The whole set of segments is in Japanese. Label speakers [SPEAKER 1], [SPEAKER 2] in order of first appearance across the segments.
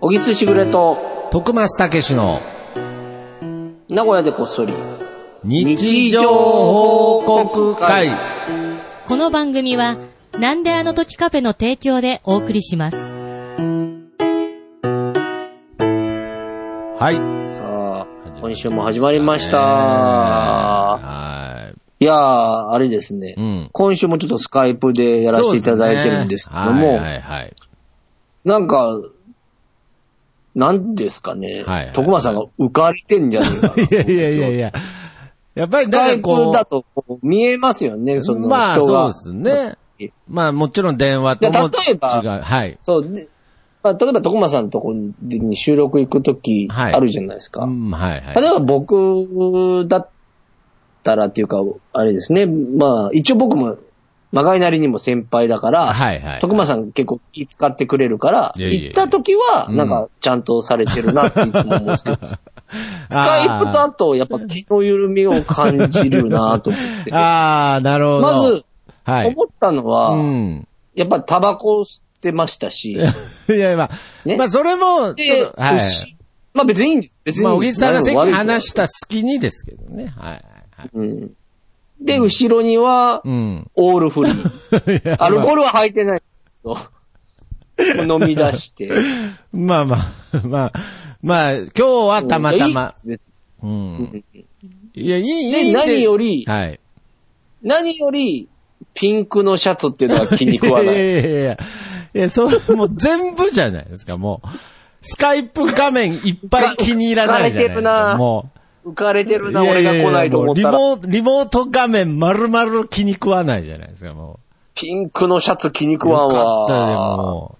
[SPEAKER 1] 小木すしぐれと、
[SPEAKER 2] 徳松たけしの
[SPEAKER 1] 名古屋でこっそり。
[SPEAKER 2] 日常報告会。
[SPEAKER 3] この番組は、なんであの時カフェの提供でお送りします。
[SPEAKER 2] はい。
[SPEAKER 1] さあ、今週も始まりました。
[SPEAKER 2] はい
[SPEAKER 1] やー、あれですね、
[SPEAKER 2] い。うん。
[SPEAKER 1] 今週もちょっとスカイプでやらせていただいてるんですけど
[SPEAKER 2] そう
[SPEAKER 1] も、
[SPEAKER 2] ですねはいはい はい。
[SPEAKER 1] なんか、なんですかね。
[SPEAKER 2] はいはい
[SPEAKER 1] 徳間さんが浮かれてんじゃねえかな。
[SPEAKER 2] いやいやいやいや。やっぱり
[SPEAKER 1] スカ
[SPEAKER 2] なん
[SPEAKER 1] イプ
[SPEAKER 2] かこ、
[SPEAKER 1] だとこう見えますよね、そうの
[SPEAKER 2] まあ
[SPEAKER 1] 人が。
[SPEAKER 2] そうですね。まあもちろん電話とも
[SPEAKER 1] で例えば
[SPEAKER 2] 違う。はい。
[SPEAKER 1] そうでまあ、例えば徳間さんのとこに収録行くとき
[SPEAKER 2] はい
[SPEAKER 1] あるじゃないですか。
[SPEAKER 2] うん、はいはい。
[SPEAKER 1] 例えば僕だったらっていうか、あれですね。まあ、一応僕も、まがいなりにも先輩だから、
[SPEAKER 2] はいはい
[SPEAKER 1] 徳間さん結構気使ってくれるから、
[SPEAKER 2] いやいやいや
[SPEAKER 1] 行った時は、
[SPEAKER 2] うん
[SPEAKER 1] なんか、ちゃんとされてるなっていつも思うんですけ ど、スカイプとあと、やっぱ気の緩みを感じるなと思って。ま
[SPEAKER 2] ああ、なるほど。
[SPEAKER 1] ず、
[SPEAKER 2] はい。
[SPEAKER 1] 思ったのは、
[SPEAKER 2] うん。
[SPEAKER 1] やっぱタバコ吸ってましたし、
[SPEAKER 2] いや、まあ、
[SPEAKER 1] ね
[SPEAKER 2] まあそれも、ち
[SPEAKER 1] で、
[SPEAKER 2] ょっとはい。
[SPEAKER 1] 牛まあ別にいいんです。別にいい
[SPEAKER 2] まあ、小木
[SPEAKER 1] です。
[SPEAKER 2] さんが
[SPEAKER 1] 何
[SPEAKER 2] 席
[SPEAKER 1] も悪いことない
[SPEAKER 2] 話した隙にですけどね。はいはいはい。
[SPEAKER 1] うん。で、後ろには、
[SPEAKER 2] うん。
[SPEAKER 1] オールフリー。
[SPEAKER 2] いや
[SPEAKER 1] アルコールは入ってない けど。飲み出して。
[SPEAKER 2] まあまあ、まあ、まあ、今日は たまたま。
[SPEAKER 1] いいです
[SPEAKER 2] うん。いや、いい、いい
[SPEAKER 1] で、
[SPEAKER 2] んで
[SPEAKER 1] 何より、
[SPEAKER 2] はい。
[SPEAKER 1] 何より、ピンクのシャツっていうのは気に食わ
[SPEAKER 2] いや
[SPEAKER 1] ないい。
[SPEAKER 2] やいやいや。いや、それもう全部じゃないですか、もう。スカイプ画面いっぱい気に入らないじゃない
[SPEAKER 1] 浮
[SPEAKER 2] です
[SPEAKER 1] かれてる
[SPEAKER 2] か。
[SPEAKER 1] な
[SPEAKER 2] も
[SPEAKER 1] 浮かれて
[SPEAKER 2] う。
[SPEAKER 1] るな、俺が来ないと思った
[SPEAKER 2] いやい
[SPEAKER 1] ら。
[SPEAKER 2] やいやもうリモート、リモート画面丸々気に食わないじゃないですか、も
[SPEAKER 1] ピンクのシャツ気に
[SPEAKER 2] う。
[SPEAKER 1] 食わん
[SPEAKER 2] よかったよ
[SPEAKER 1] わ。
[SPEAKER 2] も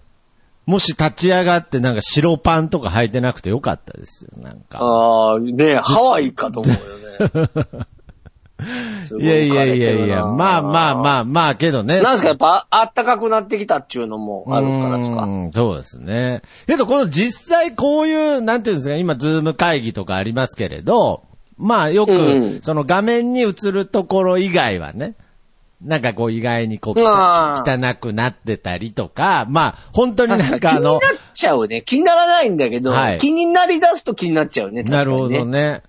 [SPEAKER 2] う。もし立ち上がってなんか白パンとか履いてなくてよかったですよ、なんか。
[SPEAKER 1] ああ、ねえハワイかと思うよね。すご
[SPEAKER 2] いやい
[SPEAKER 1] 浮か
[SPEAKER 2] や
[SPEAKER 1] れ
[SPEAKER 2] いや
[SPEAKER 1] てるない
[SPEAKER 2] や、まあまあまあまあけどね。
[SPEAKER 1] なんですか、やっぱ、あったかくなってきたっていうのもあるからですか。
[SPEAKER 2] うん、そうですね。けど、この実際こういう、なんていうんですか、今、ズーム会議とかありますけれど、まあ、よく、
[SPEAKER 1] うんうん
[SPEAKER 2] その画面に映るところ以外はね、なんかこう、意外にこう、き
[SPEAKER 1] あ
[SPEAKER 2] た
[SPEAKER 1] ー
[SPEAKER 2] 汚くなってたりとか、まあ、本当になんかあの
[SPEAKER 1] 気、になっちゃうね。気にならないんだけど、
[SPEAKER 2] はい
[SPEAKER 1] 気になり出すと気になっちゃうね。確か
[SPEAKER 2] な
[SPEAKER 1] に
[SPEAKER 2] る
[SPEAKER 1] ね
[SPEAKER 2] ほどね。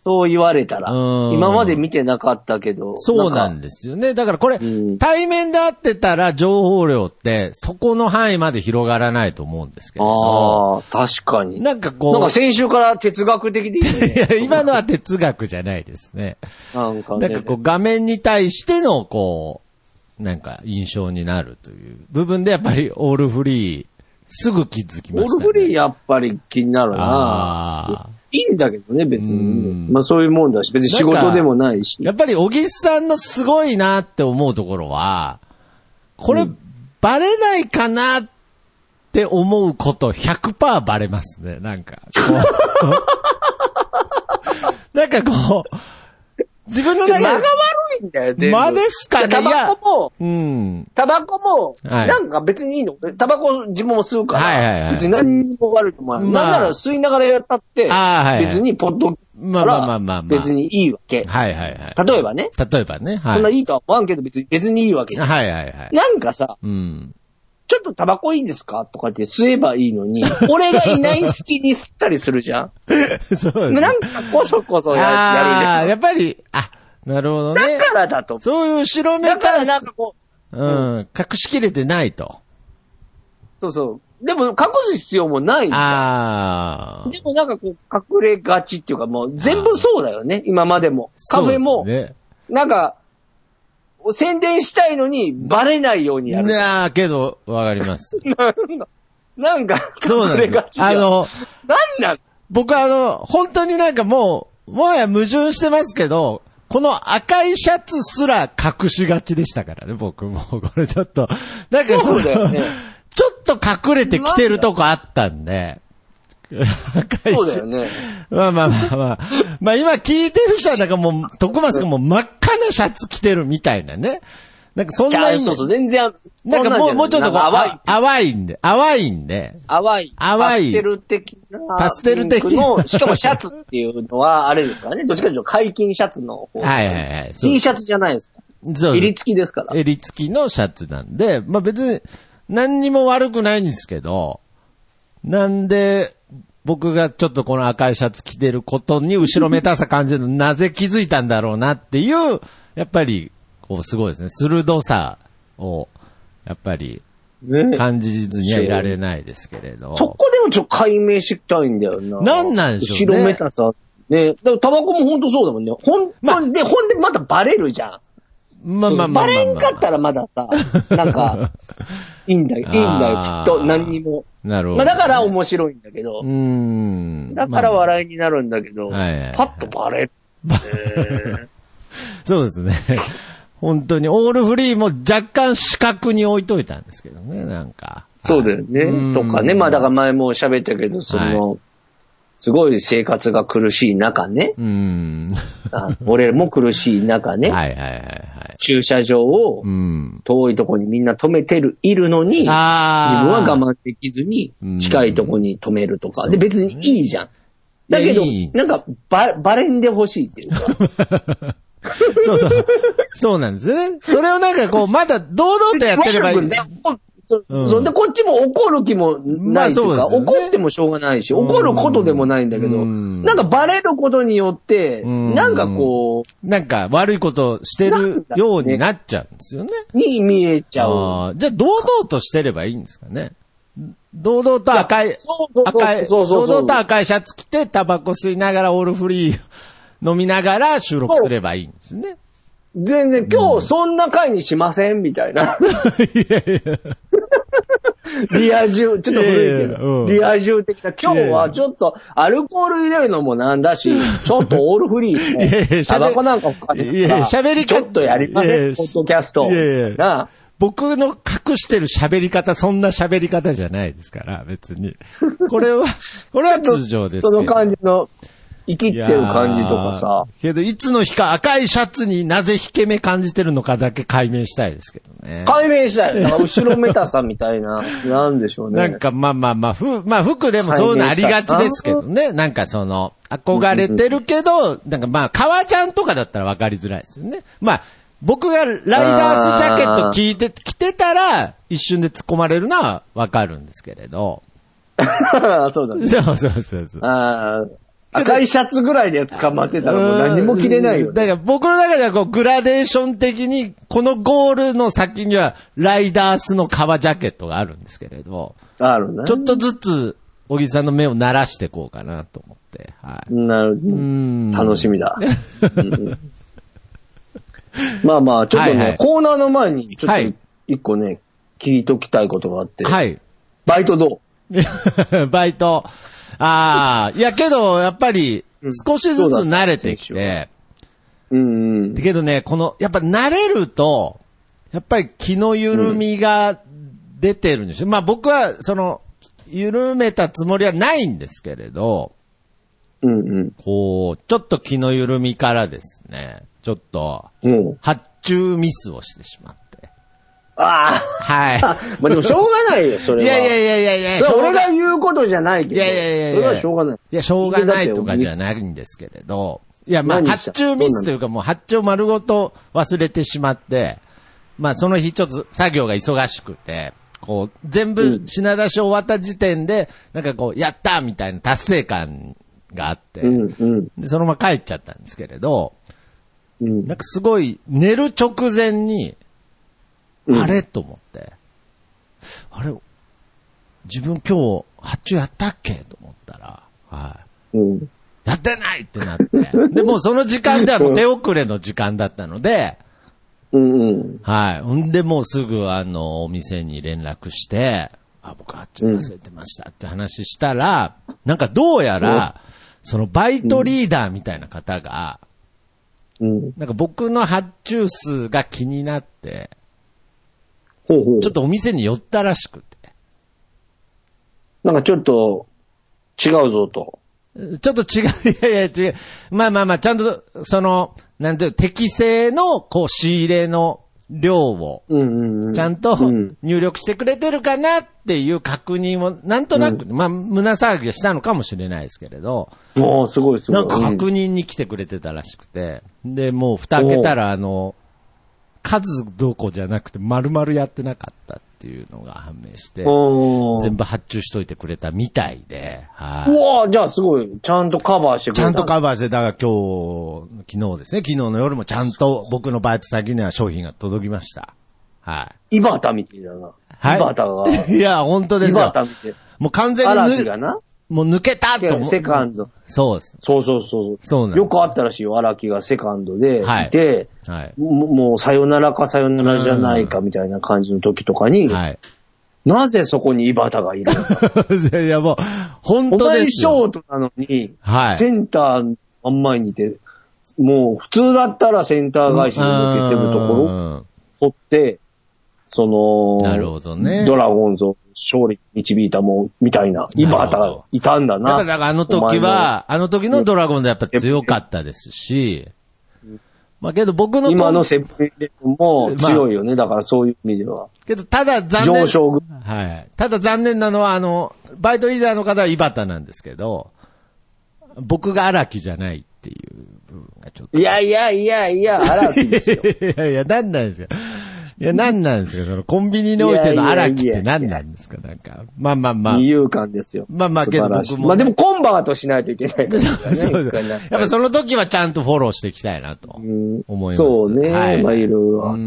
[SPEAKER 1] そう言われたら。
[SPEAKER 2] うん
[SPEAKER 1] 今まで見てなかったけど。
[SPEAKER 2] そうなん
[SPEAKER 1] か
[SPEAKER 2] ですよね。だからこれ
[SPEAKER 1] うん、
[SPEAKER 2] 対面で会ってたら情報量って、そこの範囲まで広がらないと思うんですけれ
[SPEAKER 1] あ
[SPEAKER 2] ど、
[SPEAKER 1] あ、確かに。
[SPEAKER 2] なんかこう、
[SPEAKER 1] なんか先週から哲学的でいいね。
[SPEAKER 2] いや、 今のは哲学じゃないですね。
[SPEAKER 1] なんか
[SPEAKER 2] な
[SPEAKER 1] ね。
[SPEAKER 2] んかこう画面に対してのこう、なんか印象になるという部分でやっぱりオールフリー、すぐ気づき
[SPEAKER 1] オ
[SPEAKER 2] ました、ね。
[SPEAKER 1] ールフリーやっぱり気になるな
[SPEAKER 2] あ
[SPEAKER 1] いいんだけどね、別
[SPEAKER 2] う
[SPEAKER 1] に。
[SPEAKER 2] ん
[SPEAKER 1] まあそういうもんだし、別に仕事でもないし。
[SPEAKER 2] やっぱり小木さんのすごいなって思うところは、これ、バレないかなって思うこと100%バレますね、なんか。こ うなんかこう、自分の
[SPEAKER 1] 間
[SPEAKER 2] 中
[SPEAKER 1] が悪
[SPEAKER 2] で、
[SPEAKER 1] いんだよ、全部
[SPEAKER 2] 間ですかね
[SPEAKER 1] いやタバコも、
[SPEAKER 2] うん。
[SPEAKER 1] タバコも、
[SPEAKER 2] はい
[SPEAKER 1] なんか別にいいの。タバコ自分も吸うから、
[SPEAKER 2] はいはいはい
[SPEAKER 1] 別に何にも悪いと思わない。
[SPEAKER 2] まあ
[SPEAKER 1] なんなら吸いながらやったって、
[SPEAKER 2] あーはいはい
[SPEAKER 1] 別にポッドキャストか
[SPEAKER 2] まあまあまあま
[SPEAKER 1] ら
[SPEAKER 2] あまあ
[SPEAKER 1] 別にいいわけ。
[SPEAKER 2] はいはいはい。
[SPEAKER 1] 例えばね、
[SPEAKER 2] 例えばね、はい。
[SPEAKER 1] そんないいとは思わんけど別に別にいいわけ。
[SPEAKER 2] はいはいはい。
[SPEAKER 1] なんかさ、
[SPEAKER 2] うん。
[SPEAKER 1] ちょっとタバコいいですかとかって吸えばいいの に、俺がいない隙に吸ったりするじゃん。
[SPEAKER 2] そうですね
[SPEAKER 1] なんかこそこそや
[SPEAKER 2] あ
[SPEAKER 1] や
[SPEAKER 2] あ、
[SPEAKER 1] るじ
[SPEAKER 2] やっぱり、あ、なるほどね
[SPEAKER 1] ゃん。。だからだと思
[SPEAKER 2] そういう後ろ
[SPEAKER 1] う。
[SPEAKER 2] め
[SPEAKER 1] だか
[SPEAKER 2] た
[SPEAKER 1] らなんかこう、
[SPEAKER 2] うん、隠しきれてないと。
[SPEAKER 1] そうそう。でも隠す必要もないじゃん。
[SPEAKER 2] ああ。
[SPEAKER 1] でもなんかこう、隠れがちっていうかもう全部そうだよね、今までも。カフェも、
[SPEAKER 2] そうです
[SPEAKER 1] なんか、宣伝したいのにバレないようにや
[SPEAKER 2] ね。
[SPEAKER 1] る。
[SPEAKER 2] いやーけど、わかります。
[SPEAKER 1] なんか、
[SPEAKER 2] そうな
[SPEAKER 1] 隠
[SPEAKER 2] ん
[SPEAKER 1] れ
[SPEAKER 2] です
[SPEAKER 1] が
[SPEAKER 2] よ
[SPEAKER 1] ち。
[SPEAKER 2] あ、の、
[SPEAKER 1] なんなん
[SPEAKER 2] 僕あの、本当になんかもう、もはや矛盾してますけど、この赤いシャツすら隠しがちでしたからね、僕も。これちょっと、なんか
[SPEAKER 1] そう
[SPEAKER 2] の
[SPEAKER 1] だよね
[SPEAKER 2] ちょっと隠れてきてるとこあったんで。赤い
[SPEAKER 1] そうだよね。
[SPEAKER 2] まあまあまあまあ。まあ今聞いてる人はなんかもう、徳松がもう真っ赤なシャツ着てるみたいなね。なんか そん
[SPEAKER 1] じゃあ、
[SPEAKER 2] なイメージ
[SPEAKER 1] そうそう、全然、
[SPEAKER 2] なんかもう、もうちょっとこう、
[SPEAKER 1] 淡い
[SPEAKER 2] あ。淡いんで、淡いんで。
[SPEAKER 1] 淡い。
[SPEAKER 2] 淡
[SPEAKER 1] パ
[SPEAKER 2] い
[SPEAKER 1] ステル的な。
[SPEAKER 2] パステル的な
[SPEAKER 1] ピンクの、しかもシャツっていうのは、あれですからね。どっちかというと解禁シャツの方。
[SPEAKER 2] はいはいはいそう
[SPEAKER 1] T シャツじゃないですか。
[SPEAKER 2] そう
[SPEAKER 1] 襟付きですから。
[SPEAKER 2] 襟付きのシャツなんで、まあ別に、何にも悪くないんですけど、なんで、僕がちょっとこの赤いシャツ着てることに後ろめたさ感じるの、なぜ気づいたんだろうなっていう、やっぱり、こう、すごいですね。鋭さを、やっぱり、
[SPEAKER 1] ね
[SPEAKER 2] 感じずにはいられないですけれど。
[SPEAKER 1] そこでもちょっと解明したいんだよな。
[SPEAKER 2] なんなんでしょうね
[SPEAKER 1] 後ろめたさ。ね。だからタバコも本当そうだもんね。本当に、で、ほんでまたバレるじゃん。
[SPEAKER 2] まあまあまあまあまあ。
[SPEAKER 1] バレんかったらまださ、なん か、いいんだよ、いいんだよ、きっと、何にも。
[SPEAKER 2] なるほ
[SPEAKER 1] ま
[SPEAKER 2] ど。
[SPEAKER 1] あだから面白いんだけど
[SPEAKER 2] う、ん。
[SPEAKER 1] だから
[SPEAKER 2] まあ
[SPEAKER 1] 笑いになるんだけど、
[SPEAKER 2] はいはいはい
[SPEAKER 1] パッとバレって、
[SPEAKER 2] そうですね。本当に、オールフリーも若干視覚に置いといたんですけどね、なんか。
[SPEAKER 1] そうだよ
[SPEAKER 2] うん
[SPEAKER 1] ね。とかね。まあだから前も喋ったけど、その、すごい生活が苦しい中 ね。
[SPEAKER 2] うん。
[SPEAKER 1] あ俺も苦しい中ね。
[SPEAKER 2] はいはいはいはい。
[SPEAKER 1] 駐車場を
[SPEAKER 2] うん。
[SPEAKER 1] 遠いとこにみんな止めてる、いるのに、自分
[SPEAKER 2] あー
[SPEAKER 1] は我慢できずに
[SPEAKER 2] うん
[SPEAKER 1] 近いとこに止めるとか。で、別にいいじゃん。だけど
[SPEAKER 2] いやいい、
[SPEAKER 1] なんかバ、バレんでほしいっていうか。
[SPEAKER 2] そうそう。そうなんですよね。それをなんかこう、まだ堂々とやって ればいい。
[SPEAKER 1] でそ
[SPEAKER 2] うん
[SPEAKER 1] そんで、こっちも怒る気もないという
[SPEAKER 2] ま
[SPEAKER 1] か、
[SPEAKER 2] あそうですよね
[SPEAKER 1] 怒ってもしょうがないし、怒ることでもないんだけど、
[SPEAKER 2] うん
[SPEAKER 1] なんかバレることによって、
[SPEAKER 2] うん
[SPEAKER 1] なんかこ
[SPEAKER 2] なんか悪いことしてるようになっちゃうんですよね。
[SPEAKER 1] う、に見えちゃう。
[SPEAKER 2] あーじゃあ、堂々としてればいいんですかね。堂々と赤い、
[SPEAKER 1] そうそうそう
[SPEAKER 2] 赤い、
[SPEAKER 1] そうそうそう
[SPEAKER 2] 堂々と赤いシャツ着て、タバコ吸いながら、オールフリー飲みながら収録すればいいんですね。
[SPEAKER 1] 全然今日そんな回にしませんみたい な。リア充、ちょっと古いけ
[SPEAKER 2] いやいやう
[SPEAKER 1] ど、
[SPEAKER 2] ん
[SPEAKER 1] リア充的な、今日はちょっとアルコール入れるのもなんだ し、ちょっとオールフリー
[SPEAKER 2] いやいや
[SPEAKER 1] ね、タバコなんかお金
[SPEAKER 2] いやいや喋り
[SPEAKER 1] ち
[SPEAKER 2] 方
[SPEAKER 1] ょっとやりま
[SPEAKER 2] いやい
[SPEAKER 1] せ
[SPEAKER 2] や
[SPEAKER 1] ん、ポッドキャスト。
[SPEAKER 2] いやいや
[SPEAKER 1] なあ
[SPEAKER 2] 僕の隠してる喋り方、そんな喋り方じゃないですから、別に。こ れは、これは通常ですけど。
[SPEAKER 1] その感じの、生きってる感じとかさ。
[SPEAKER 2] いやーけど、いつの日か赤いシャツになぜ引け目感じてるのかだけ解明したいですけどね。
[SPEAKER 1] 解明したい。だから後ろめたさみたいな、なんでしょうね。
[SPEAKER 2] なんか、まあまあまあ、ふ、まあ服でもそういうのありがちですけどね。なんかその、憧れてるけど、なんかまあ、革ちゃんとかだったらわかりづらいですよね。まあ、僕がライダースジャケット着いて、着てたら、一瞬で突っ込まれるのはわかるんですけれど。
[SPEAKER 1] そうだね。
[SPEAKER 2] そうそうそうそう。
[SPEAKER 1] あー赤いシャツぐらいで捕まってたらもう何も着れないよ、
[SPEAKER 2] うんだ
[SPEAKER 1] ね。
[SPEAKER 2] から僕の中ではこうグラデーション的に、このゴールの先にはライダースの革ジャケットがあるんですけれど、
[SPEAKER 1] あるな。
[SPEAKER 2] ちょっとずつ、小木さんの目を慣らしていこうかなと思って、はい。
[SPEAKER 1] なる
[SPEAKER 2] ん
[SPEAKER 1] 楽しみだ。 うんまあまあ、ちょっとね、
[SPEAKER 2] はいはい
[SPEAKER 1] コーナーの前に、ちょ
[SPEAKER 2] は
[SPEAKER 1] っ
[SPEAKER 2] い
[SPEAKER 1] と一個ね、聞いときたいことがあって、
[SPEAKER 2] はい。
[SPEAKER 1] バイトど
[SPEAKER 2] バイト。ああ、いやけど、やっぱり、少しずつ慣れてき
[SPEAKER 1] そうだ
[SPEAKER 2] て、
[SPEAKER 1] ううんうん
[SPEAKER 2] だ。けどね、この、やっぱ慣れると、やっぱり気の緩みが出てるんですよ。まあ僕は、その、緩めたつもりはないんですけれど、
[SPEAKER 1] うんうん。
[SPEAKER 2] こう、ちょっと気の緩みからですね、ちょっと、
[SPEAKER 1] もう。
[SPEAKER 2] 発注ミスをしてしまって。
[SPEAKER 1] あ
[SPEAKER 2] はい。
[SPEAKER 1] あ。 まあでもしょうがないよ、それ
[SPEAKER 2] い
[SPEAKER 1] は。
[SPEAKER 2] やいやいやいやいや、
[SPEAKER 1] それは俺
[SPEAKER 2] しょう
[SPEAKER 1] が言うことじゃないけど。
[SPEAKER 2] いやいやいやいや。
[SPEAKER 1] それはしょうがない。
[SPEAKER 2] いや、しょうがないとかじゃないんですけれど。いや、まあ、
[SPEAKER 1] 何し
[SPEAKER 2] 発
[SPEAKER 1] た
[SPEAKER 2] 注ミスというか、もう発注丸ごと忘れてしまって、まあ、その日ちょっと作業が忙しくて、こう、全部品出し終わった時点で、なんかこう、やったみたいな達成感があって、
[SPEAKER 1] うんうん
[SPEAKER 2] でそのまま帰っちゃったんですけれど、
[SPEAKER 1] うん。
[SPEAKER 2] なんかすごい、寝る直前に、
[SPEAKER 1] うん
[SPEAKER 2] あれと思って、あれ、自分今日発注やったっけと思ったら、はい。
[SPEAKER 1] うん。
[SPEAKER 2] やってないってなって。で、もうその時間ではもう手遅れの時間だったので、
[SPEAKER 1] うんうん。
[SPEAKER 2] はい。ほんで、もうすぐ、あの、お店に連絡して、あ、僕、あっち忘れてましたって話したら、なんかどうやら、そのバイトリーダーみたいな方が、
[SPEAKER 1] うん。
[SPEAKER 2] なんか僕の発注数が気になって、
[SPEAKER 1] ほうほう。
[SPEAKER 2] ちょっとお店に寄ったらしくて、
[SPEAKER 1] なんかちょっと、違うぞと。
[SPEAKER 2] ちょっと違う、 いやいや違う。まあまあまあ、ちゃんと、その、なんていう、適正の、こう、仕入れの量を、
[SPEAKER 1] うんうんうん。
[SPEAKER 2] ちゃんと
[SPEAKER 1] うん
[SPEAKER 2] 入力してくれてるかなっていう確認を、なんとなく、まあ、胸騒ぎがしたのかもしれないですけれど、
[SPEAKER 1] おーすごいすごい。
[SPEAKER 2] なんか
[SPEAKER 1] う
[SPEAKER 2] 確認に来てくれてたらしくて、で、もう蓋開けたら、あの、数どうこうじゃなくて、丸々やってなかったっっていうのが判明して、
[SPEAKER 1] お
[SPEAKER 2] 全
[SPEAKER 1] ー。
[SPEAKER 2] 部発注しといてくれたみたいで、は
[SPEAKER 1] う
[SPEAKER 2] い。
[SPEAKER 1] わーじゃあすごい。ちゃんとカバーしてくれ
[SPEAKER 2] ち
[SPEAKER 1] た。
[SPEAKER 2] ゃんとカバーして、だから今日、昨日ですね、昨日の夜もちゃんと僕のバイト先には商品が届きました。は
[SPEAKER 1] イバタみたいだな。
[SPEAKER 2] はい
[SPEAKER 1] イバタが。
[SPEAKER 2] い。いや、本当で
[SPEAKER 1] イ
[SPEAKER 2] す
[SPEAKER 1] バ
[SPEAKER 2] よ。
[SPEAKER 1] タみたい。
[SPEAKER 2] もう完全
[SPEAKER 1] アラ
[SPEAKER 2] に
[SPEAKER 1] キ
[SPEAKER 2] ぬ
[SPEAKER 1] がな。
[SPEAKER 2] もう抜けたと思う。
[SPEAKER 1] セカンド。
[SPEAKER 2] そうです。
[SPEAKER 1] そうそうそう。
[SPEAKER 2] そうなんです
[SPEAKER 1] よくあったらしいよ、荒木がセカンドで、
[SPEAKER 2] はい
[SPEAKER 1] で、
[SPEAKER 2] はい。
[SPEAKER 1] もうもうさよならかさよならじゃないかみたいな感じの時とかに、
[SPEAKER 2] はい。
[SPEAKER 1] なぜそこに井端がいるのか
[SPEAKER 2] い や、もう、本
[SPEAKER 1] お
[SPEAKER 2] 当
[SPEAKER 1] 前
[SPEAKER 2] で
[SPEAKER 1] シ
[SPEAKER 2] す
[SPEAKER 1] ョ
[SPEAKER 2] よ。
[SPEAKER 1] ートなのに、
[SPEAKER 2] はい
[SPEAKER 1] センターの真ん前にいて、もう普通だったらセンター返しに抜けてるところを
[SPEAKER 2] ろ
[SPEAKER 1] 取って、その、
[SPEAKER 2] なるほどね
[SPEAKER 1] ドラゴンズを勝利に導いたもんみたいな、井端がいたんだ
[SPEAKER 2] やっ
[SPEAKER 1] な。
[SPEAKER 2] ぱだからあの時は、あの時のドラゴンズはやっぱ強かったですし、まあけど僕の
[SPEAKER 1] お前の、今の
[SPEAKER 2] せ
[SPEAKER 1] セブンイレブンも強いよね、だからそういう意味では。
[SPEAKER 2] けどただ残念
[SPEAKER 1] 上。昇軍。
[SPEAKER 2] はい。ただ残念なのは、あの、バイトリーダーの方は井端なんですけど、僕が荒木じゃないっていう部分がちょっと。
[SPEAKER 1] いやいやいやいや、荒木ですよ。
[SPEAKER 2] いやいや、なんなんですよ。いや、なんなんですよ。そのコンビニにおいての荒木ってなんなんですかなんか。まあまあまあ。
[SPEAKER 1] 二遊間ですよ。
[SPEAKER 2] まあまあ
[SPEAKER 1] 素晴らしい
[SPEAKER 2] けど僕も
[SPEAKER 1] まあでもコンバートしないといけないですからね。
[SPEAKER 2] そうです
[SPEAKER 1] 一回
[SPEAKER 2] やっ
[SPEAKER 1] ね
[SPEAKER 2] ぱその時はちゃんとフォローしていきたいなと
[SPEAKER 1] うん
[SPEAKER 2] 思います。
[SPEAKER 1] そうね。
[SPEAKER 2] はい。
[SPEAKER 1] まあいろいろあっ
[SPEAKER 2] う
[SPEAKER 1] て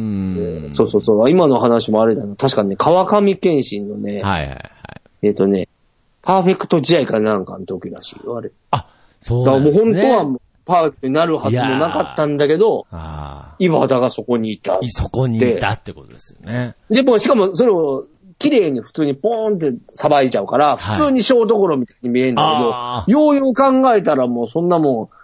[SPEAKER 2] ん
[SPEAKER 1] そうそうそう。今の話もあれだな。確かにね、川上健信のね、
[SPEAKER 2] はいはいはい。
[SPEAKER 1] えっ、とね、パーフェクト試合かなんかの時らしいよ、あれ。
[SPEAKER 2] あ、そう
[SPEAKER 1] だか
[SPEAKER 2] な
[SPEAKER 1] ら
[SPEAKER 2] ん
[SPEAKER 1] も
[SPEAKER 2] で
[SPEAKER 1] う本
[SPEAKER 2] すね。
[SPEAKER 1] 当はもうパーフェクトになるはずもなかったんだけど、
[SPEAKER 2] あ
[SPEAKER 1] 岩田がそこにいた
[SPEAKER 2] あ。。そこにいたってことですよね。
[SPEAKER 1] でも、しかもそれを、綺麗に普通にポーンってさばいちゃうから、
[SPEAKER 2] はい
[SPEAKER 1] 普通にショートゴロみたいに見えるんだ
[SPEAKER 2] あ
[SPEAKER 1] け
[SPEAKER 2] ー
[SPEAKER 1] ど、ようよう考えたらもうそんなもう、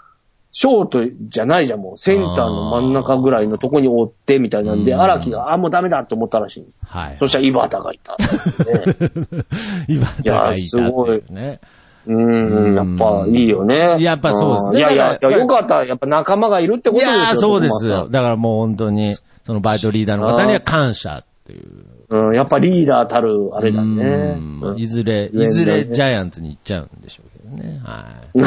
[SPEAKER 1] ショートじゃないじゃん、もうセンターの真ん中ぐらいのとこに追ってみたいなんで、
[SPEAKER 2] うん
[SPEAKER 1] 荒木が、あ、もうダメだと思ったらしい。
[SPEAKER 2] はい。
[SPEAKER 1] そしたら井端がいた。ね
[SPEAKER 2] 今田がいたっていうね。
[SPEAKER 1] うん、やっぱいいよね。
[SPEAKER 2] やっぱそうですね
[SPEAKER 1] んいやいや
[SPEAKER 2] だ、
[SPEAKER 1] い
[SPEAKER 2] か
[SPEAKER 1] や
[SPEAKER 2] ら
[SPEAKER 1] よかった。やっぱ仲間がいるって
[SPEAKER 2] い
[SPEAKER 1] ことですよ。
[SPEAKER 2] やーそうで
[SPEAKER 1] 徳松
[SPEAKER 2] す
[SPEAKER 1] さ
[SPEAKER 2] よ。だからもう本当に、そのバイトリーダーの方には感謝っていう。
[SPEAKER 1] ん。うん、やっぱリーダーたる、あれだ
[SPEAKER 2] う
[SPEAKER 1] ね。
[SPEAKER 2] ん
[SPEAKER 1] うん
[SPEAKER 2] いずれ、いずれジャイアンツに行っちゃうんでしょうけどね。はい。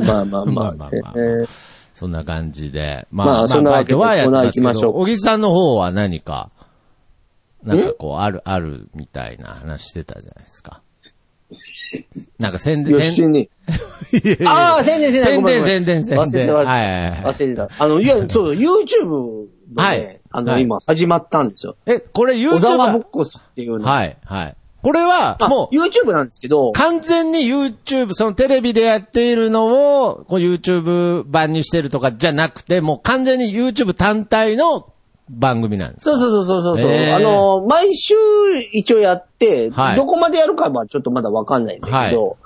[SPEAKER 1] まあまあ
[SPEAKER 2] ま
[SPEAKER 1] ま
[SPEAKER 2] あ
[SPEAKER 1] あ。
[SPEAKER 2] まあ
[SPEAKER 1] え
[SPEAKER 2] まあ
[SPEAKER 1] ー
[SPEAKER 2] そんな感じで。まあ、
[SPEAKER 1] まあ
[SPEAKER 2] まあ、
[SPEAKER 1] そんなわけで
[SPEAKER 2] バイトはやってま
[SPEAKER 1] コーナー行きま
[SPEAKER 2] すけ
[SPEAKER 1] しょ
[SPEAKER 2] ど、
[SPEAKER 1] う
[SPEAKER 2] 小木さんの方は何か、なんかこう、ある、あるみたいな話してたじゃないですか。なんか宣伝、
[SPEAKER 1] 吉
[SPEAKER 2] 宣
[SPEAKER 1] に。ああ、宣伝宣伝。ごめんごめん
[SPEAKER 2] 宣伝宣伝
[SPEAKER 1] 忘れてた。
[SPEAKER 2] はいはいはい
[SPEAKER 1] 忘れてた。あの、いや、そう、YouTube
[SPEAKER 2] は
[SPEAKER 1] の
[SPEAKER 2] い
[SPEAKER 1] ね、あの、
[SPEAKER 2] はい
[SPEAKER 1] 今、始まったんですよ。
[SPEAKER 2] え、これ YouTube?
[SPEAKER 1] 小沢ボックスっていうの。
[SPEAKER 2] はい、はい。これは、
[SPEAKER 1] あ
[SPEAKER 2] もう、
[SPEAKER 1] YouTube なんですけど、
[SPEAKER 2] 完全に YouTube、そのテレビでやっているのを、こう YouTube 版にしてるとかじゃなくて、もう完全に YouTube 単体の番組なんです。
[SPEAKER 1] そうそうそうそうそう。
[SPEAKER 2] へー
[SPEAKER 1] あの、毎週一応やって、
[SPEAKER 2] はい
[SPEAKER 1] どこまでやるかはちょっとまだわかんないんだけど、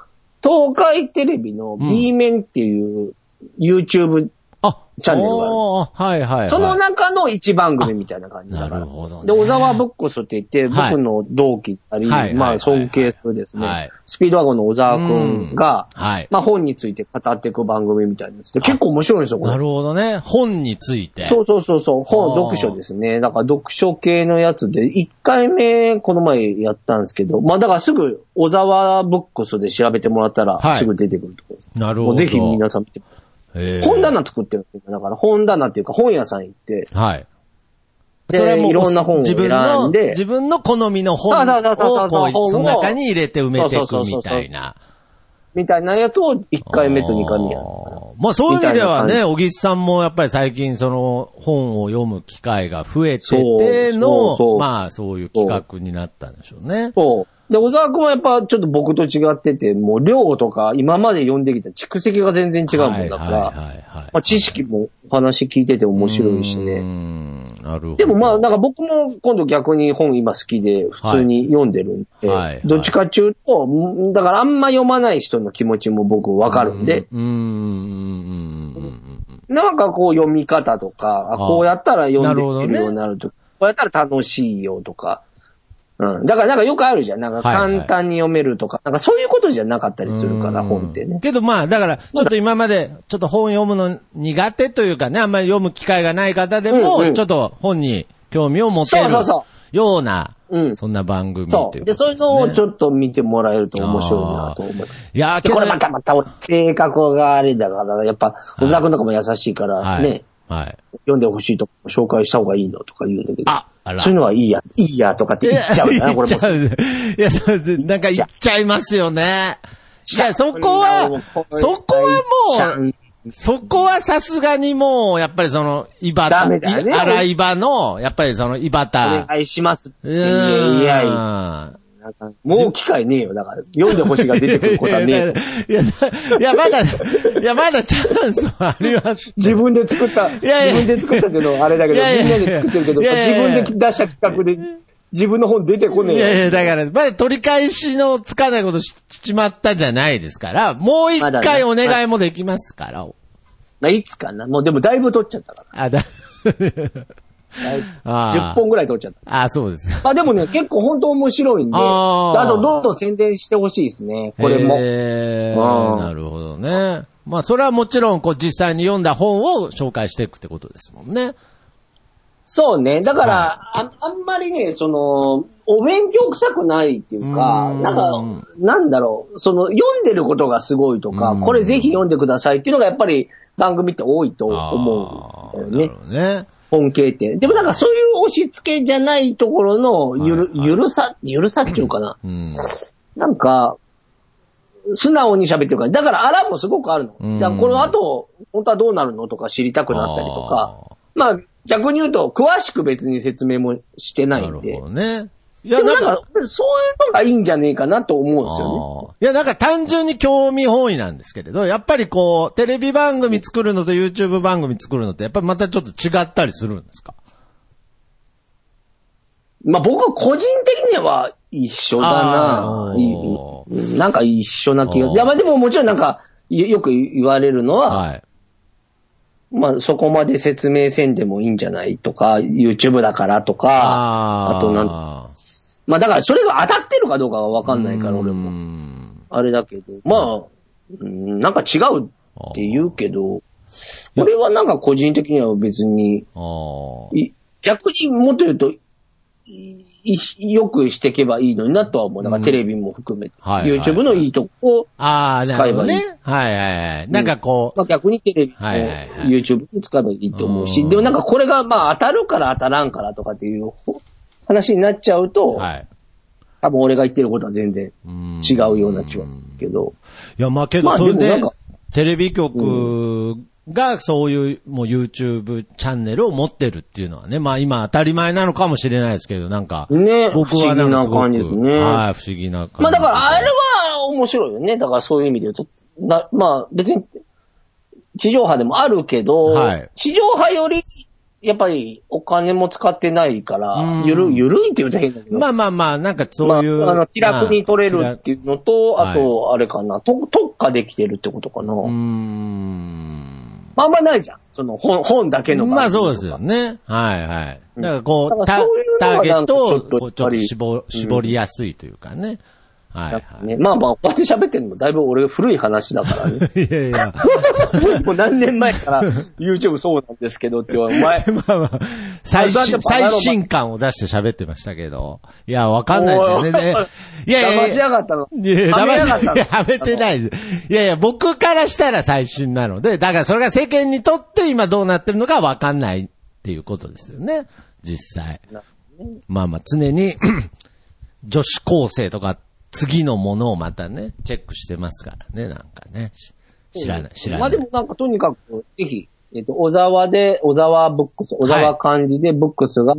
[SPEAKER 1] 東海テレビの B 面っていう YouTube、
[SPEAKER 2] あ、
[SPEAKER 1] チャンネルがある
[SPEAKER 2] おーはいはい、はい。
[SPEAKER 1] その中の一番組みたいな感じだから。
[SPEAKER 2] なるほどね
[SPEAKER 1] で、小沢ブックスって言って、
[SPEAKER 2] はい
[SPEAKER 1] 僕の同期あり、
[SPEAKER 2] はい
[SPEAKER 1] ま
[SPEAKER 2] はい
[SPEAKER 1] あ尊敬するですね、
[SPEAKER 2] はい
[SPEAKER 1] スピードワゴンの小沢くんが、
[SPEAKER 2] うんはい
[SPEAKER 1] まあ本について語っていく番組みたいなんですけど、結構面白いんですよ、これ。
[SPEAKER 2] なるほどね。本について。
[SPEAKER 1] そうそうそうそう、
[SPEAKER 2] あ
[SPEAKER 1] 本、
[SPEAKER 2] ー
[SPEAKER 1] 読書ですね。だから読書系のやつで、1回目この前やったんですけど、まあだからすぐ小沢ブックスで調べてもらったら
[SPEAKER 2] はい
[SPEAKER 1] すぐ出てくるところです。
[SPEAKER 2] なる
[SPEAKER 1] も
[SPEAKER 2] ほど。
[SPEAKER 1] うぜひ皆さん見て。
[SPEAKER 2] へー
[SPEAKER 1] 本棚作ってるんですよだから本棚っていうか本屋さん行って、
[SPEAKER 2] はい。
[SPEAKER 1] で
[SPEAKER 2] う
[SPEAKER 1] いろんな本を
[SPEAKER 2] 自分の、
[SPEAKER 1] 選んで
[SPEAKER 2] 自分の好みの本
[SPEAKER 1] そうそうそうそうそう
[SPEAKER 2] をこう、そ
[SPEAKER 1] 本
[SPEAKER 2] の
[SPEAKER 1] を
[SPEAKER 2] 中に入れて埋めていく
[SPEAKER 1] そうそうそ
[SPEAKER 2] み
[SPEAKER 1] うそう
[SPEAKER 2] たいな。
[SPEAKER 1] みたいなやつを1回目と2回目や
[SPEAKER 2] あ
[SPEAKER 1] る。
[SPEAKER 2] ーまあそういう意味では
[SPEAKER 1] みたい
[SPEAKER 2] ね、
[SPEAKER 1] な
[SPEAKER 2] 小木さんもやっぱり最近その本を読む機会が増えて
[SPEAKER 1] そう
[SPEAKER 2] て
[SPEAKER 1] そ
[SPEAKER 2] の
[SPEAKER 1] う、そう
[SPEAKER 2] まあそういう企画になったんでしょうね。
[SPEAKER 1] そう。で、小沢くんはやっぱちょっと僕と違ってて、もう量とか今まで読んできた蓄積が全然違うもんだから、
[SPEAKER 2] はいはいはいはい
[SPEAKER 1] まあ知識もお話聞いてて面白いしね。
[SPEAKER 2] うんなるほど。
[SPEAKER 1] でもまあ、なんか僕も今度逆に本今好きで普通に読んでるんで、
[SPEAKER 2] はいはい
[SPEAKER 1] どっちかっていうと、んだからあんま読まない人の気持ちも僕わかるんで、
[SPEAKER 2] うん、うん、うん、うんうん。
[SPEAKER 1] なんかこう読み方とか、あ
[SPEAKER 2] あ
[SPEAKER 1] こうやったら読んでいけるように
[SPEAKER 2] な
[SPEAKER 1] なるとか、こうやったら楽しいよとか、うん。だからなんかよくあるじゃん。なんか簡単に読めるとか、なんかそういうことじゃなかったりするから、本ってね。
[SPEAKER 2] けどまあ、だから、ちょっと今まで、ちょっと本読むの苦手というかね、あんまり読む機会がない方で
[SPEAKER 1] うんう
[SPEAKER 2] も、
[SPEAKER 1] ん
[SPEAKER 2] ちょっと本に興味を持てる
[SPEAKER 1] そうそうそ
[SPEAKER 2] ような
[SPEAKER 1] うん、
[SPEAKER 2] そんな番組
[SPEAKER 1] そ。
[SPEAKER 2] という
[SPEAKER 1] で、
[SPEAKER 2] うことです
[SPEAKER 1] そうい
[SPEAKER 2] ね。
[SPEAKER 1] うのをちょっと見てもらえると面白いなと思います。
[SPEAKER 2] いや
[SPEAKER 1] で、
[SPEAKER 2] ー、け
[SPEAKER 1] こ
[SPEAKER 2] ど
[SPEAKER 1] れまたまた、性格があれだから、やっぱ、小沢くんとかも優しいから、
[SPEAKER 2] はい
[SPEAKER 1] ね、
[SPEAKER 2] はい。
[SPEAKER 1] 読んでほしいとこ紹介した方がいいのとか言うんだけど。
[SPEAKER 2] あ、あら。
[SPEAKER 1] そういうのはいいや、いいやとかって言っちゃ うんだな、これも
[SPEAKER 2] 言っちゃうねいや、それでなんか言っちゃいますよね。いや、そこは、そこはもう、そこはさすがにもう、やっぱりその、イバ
[SPEAKER 1] ダ
[SPEAKER 2] タ、
[SPEAKER 1] メだよ
[SPEAKER 2] い
[SPEAKER 1] ね
[SPEAKER 2] 荒い場の、やっぱりその、イバ
[SPEAKER 1] お
[SPEAKER 2] タ。
[SPEAKER 1] 願いしますって
[SPEAKER 2] う
[SPEAKER 1] いういやいや
[SPEAKER 2] ーん。
[SPEAKER 1] なんかもう機会ねえよ。だから、読んでほしいが出てくることはねえよ。
[SPEAKER 2] いや、いやいや、まだ、いや、まだチャンスはあります。
[SPEAKER 1] 自分で作った、自
[SPEAKER 2] やいや
[SPEAKER 1] 分で作ったけど、あれだけど、
[SPEAKER 2] いやいや
[SPEAKER 1] みんなで作ってるけど、
[SPEAKER 2] いやいやいや
[SPEAKER 1] 自分で出した企画で、自分の本出てこね
[SPEAKER 2] いやい
[SPEAKER 1] えよ。
[SPEAKER 2] や、だから、まだ取り返しのつかないことしちまったじゃないですから、もう一
[SPEAKER 1] まだ
[SPEAKER 2] 回
[SPEAKER 1] ね
[SPEAKER 2] お願いもできますから。
[SPEAKER 1] まあ、いつかな。もうでもだいぶ取っちゃったか
[SPEAKER 2] あ、だ、
[SPEAKER 1] ら。だいぶ
[SPEAKER 2] あ
[SPEAKER 1] 10本ぐらい取っちゃった。
[SPEAKER 2] あ、そうです。
[SPEAKER 1] まあでもね、結構本当面白いんで、
[SPEAKER 2] あー
[SPEAKER 1] あとどんどん宣伝してほしいですね、これも。
[SPEAKER 2] へー
[SPEAKER 1] うん
[SPEAKER 2] なるほどね。まあ、それはもちろん、こう、実際に読んだ本を紹介していくってことですもんね。
[SPEAKER 1] そうね。だから、あ、あんまりね、その、お勉強臭くないっていうか、
[SPEAKER 2] うん
[SPEAKER 1] なんか、なんだろう、その、読んでることがすごいと
[SPEAKER 2] う
[SPEAKER 1] か
[SPEAKER 2] ん、
[SPEAKER 1] これぜひ読んでくださいっていうのがやっぱり番組って多いと思うんだよ
[SPEAKER 2] なる
[SPEAKER 1] ね。
[SPEAKER 2] ほどね。
[SPEAKER 1] 本系って。でもなんかそういう押し付けじゃないところのゆる、
[SPEAKER 2] はいはい
[SPEAKER 1] ゆるさ、ゆるさっていうかな。
[SPEAKER 2] うん。
[SPEAKER 1] なんか、素直に喋ってるから。だから、アラもすごくある
[SPEAKER 2] うん
[SPEAKER 1] の。だから、この後、本当はどうなるのとか知りたくなったりとか。まあ、逆に言うと、詳しく別に説明もしてない
[SPEAKER 2] なる
[SPEAKER 1] ん
[SPEAKER 2] ほ
[SPEAKER 1] で。
[SPEAKER 2] どね。い
[SPEAKER 1] でもなんか、俺そういうのがいいんじゃねえかなと思うんですよね。
[SPEAKER 2] あーいや、なんか単純に興味本位なんですけれど、やっぱりこう、テレビ番組作るのと YouTube 番組作るのって、やっぱりまたちょっと違ったりするんですか
[SPEAKER 1] まあ、僕、個人的には一緒だ
[SPEAKER 2] あ
[SPEAKER 1] な
[SPEAKER 2] ー
[SPEAKER 1] いいなんか一緒な気
[SPEAKER 2] あ
[SPEAKER 1] が。
[SPEAKER 2] ー
[SPEAKER 1] いや、まあ、でももちろんなんか、よよく言われるのは、
[SPEAKER 2] はい。
[SPEAKER 1] まあ、そこまで説明せんでもいいんじゃないとか、YouTube だからとか、
[SPEAKER 2] あ
[SPEAKER 1] あとなん
[SPEAKER 2] ん
[SPEAKER 1] まあだからそれが当たってるかどうかはわかんないから、俺
[SPEAKER 2] う
[SPEAKER 1] も。
[SPEAKER 2] ん
[SPEAKER 1] あれだけど、まあ、うんなんか違うって言うけど、俺はなんか個人的には別に、
[SPEAKER 2] あー
[SPEAKER 1] い逆にもっと言うと、いいよくしていけばいいのになとは思う。だからテレビも含めて。
[SPEAKER 2] はいはい
[SPEAKER 1] YouTube のいいとこを、
[SPEAKER 2] あー、なるほどね
[SPEAKER 1] 使。
[SPEAKER 2] はいはいはい。なんかこう、
[SPEAKER 1] まあ、逆にテレビも
[SPEAKER 2] はいはいはい
[SPEAKER 1] YouTube に使えばいいと思う
[SPEAKER 2] う
[SPEAKER 1] し、
[SPEAKER 2] ん
[SPEAKER 1] でもなんかこれがまあ当たるから当たらんからとかっていう話になっちゃうと、
[SPEAKER 2] はい。
[SPEAKER 1] 多分俺が言ってることは全然
[SPEAKER 2] ん
[SPEAKER 1] 違うような気はするけど、
[SPEAKER 2] いや、まあけど、
[SPEAKER 1] まあ
[SPEAKER 2] それ
[SPEAKER 1] でもな
[SPEAKER 2] で
[SPEAKER 1] んか、
[SPEAKER 2] テレビ局がそういう、もう YouTube チャンネルを持ってるっていうのはね、まあ今当たり前なのかもしれないですけど、なんか、
[SPEAKER 1] ね
[SPEAKER 2] 僕はなんかすご
[SPEAKER 1] 不思議な
[SPEAKER 2] く
[SPEAKER 1] 感じですね
[SPEAKER 2] はい、不思議な感じ。
[SPEAKER 1] まあだからあれは面白いよね。だからそういう意味で言うと、なまあ別に地上波でもあるけど、
[SPEAKER 2] はい
[SPEAKER 1] 地上波よりやっぱりお金も使ってないから、ゆる、ゆるいって言うと変だけど、
[SPEAKER 2] まあまあまあ、なんか
[SPEAKER 1] ま
[SPEAKER 2] そ
[SPEAKER 1] あ、
[SPEAKER 2] ういう。
[SPEAKER 1] あの、気楽に取れ
[SPEAKER 2] まあ
[SPEAKER 1] るっていうのと、
[SPEAKER 2] はい
[SPEAKER 1] あと、あれかな、と特化できてるってことかな。
[SPEAKER 2] うーん。
[SPEAKER 1] まああんまないじゃん。その本、本だけの番組
[SPEAKER 2] まあ
[SPEAKER 1] とか
[SPEAKER 2] そうですよね。はいはい。だからこ
[SPEAKER 1] だ
[SPEAKER 2] う、
[SPEAKER 1] から
[SPEAKER 2] タ
[SPEAKER 1] そういうの
[SPEAKER 2] ター
[SPEAKER 1] は
[SPEAKER 2] ゲ
[SPEAKER 1] な
[SPEAKER 2] ッ
[SPEAKER 1] んかち
[SPEAKER 2] ト
[SPEAKER 1] ょ
[SPEAKER 2] を
[SPEAKER 1] っと
[SPEAKER 2] こうちょ
[SPEAKER 1] や
[SPEAKER 2] っと
[SPEAKER 1] っぱり
[SPEAKER 2] 絞絞りやすいというかね。はい
[SPEAKER 1] だ
[SPEAKER 2] は
[SPEAKER 1] から
[SPEAKER 2] い。
[SPEAKER 1] ね、まあまあ、こうやって喋ってるのもだいぶ俺古い話だからね。
[SPEAKER 2] いやいや。
[SPEAKER 1] もう何年前から YouTube そうなんですけどって言わ れ、お前、
[SPEAKER 2] まあまあ、最
[SPEAKER 1] だって
[SPEAKER 2] 新、
[SPEAKER 1] バカ野郎
[SPEAKER 2] 最新感を出して喋ってましたけど。いや、わかんないですよね。
[SPEAKER 1] おい
[SPEAKER 2] ねいやいや
[SPEAKER 1] 騙
[SPEAKER 2] い
[SPEAKER 1] し
[SPEAKER 2] や
[SPEAKER 1] や。がったの。
[SPEAKER 2] いやいや、
[SPEAKER 1] はめやがった
[SPEAKER 2] いやはめて
[SPEAKER 1] い。
[SPEAKER 2] ないです。いやいや、僕からしたら最新なので、だからそれが世間にとって今どうなってるのかわかんないっていうことですよね。実際。まあまあ、常に、 女子高生とか、次のものをまたね、チェックしてますからね、なんかね。し知らない、知らない。
[SPEAKER 1] まあでもなんかとにかく、ぜひ、えっ、と、小沢で、小沢ブックス、小沢漢字で、ブックスが、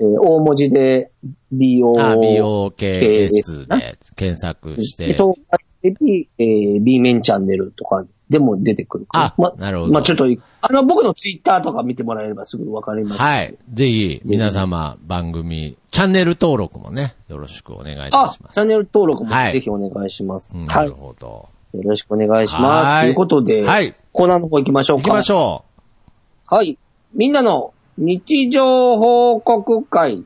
[SPEAKER 1] えー大文字で、BO。
[SPEAKER 2] あ BOKS で検索して。
[SPEAKER 1] 東海テレビ、えー、B 面チャンネルとかでも出てくるから
[SPEAKER 2] あなるほど
[SPEAKER 1] まあちょっと、あの、僕のツイッターとか見てもらえればすぐわかります。
[SPEAKER 2] はい。ぜひ、皆様、番組、チャンネル登録もね、よろしくお願いいたし
[SPEAKER 1] あ
[SPEAKER 2] ます、。
[SPEAKER 1] チャンネル登録も
[SPEAKER 2] はい
[SPEAKER 1] ぜひお願いします。
[SPEAKER 2] うん
[SPEAKER 1] は。
[SPEAKER 2] ないる
[SPEAKER 1] よ
[SPEAKER 2] ほど。
[SPEAKER 1] ろしくお願いし
[SPEAKER 2] は
[SPEAKER 1] ま
[SPEAKER 2] い
[SPEAKER 1] す。ということで、
[SPEAKER 2] はい
[SPEAKER 1] コーナーの方行きましょう
[SPEAKER 2] 行
[SPEAKER 1] か。
[SPEAKER 2] きましょ
[SPEAKER 1] はい。みんなの日常報告会。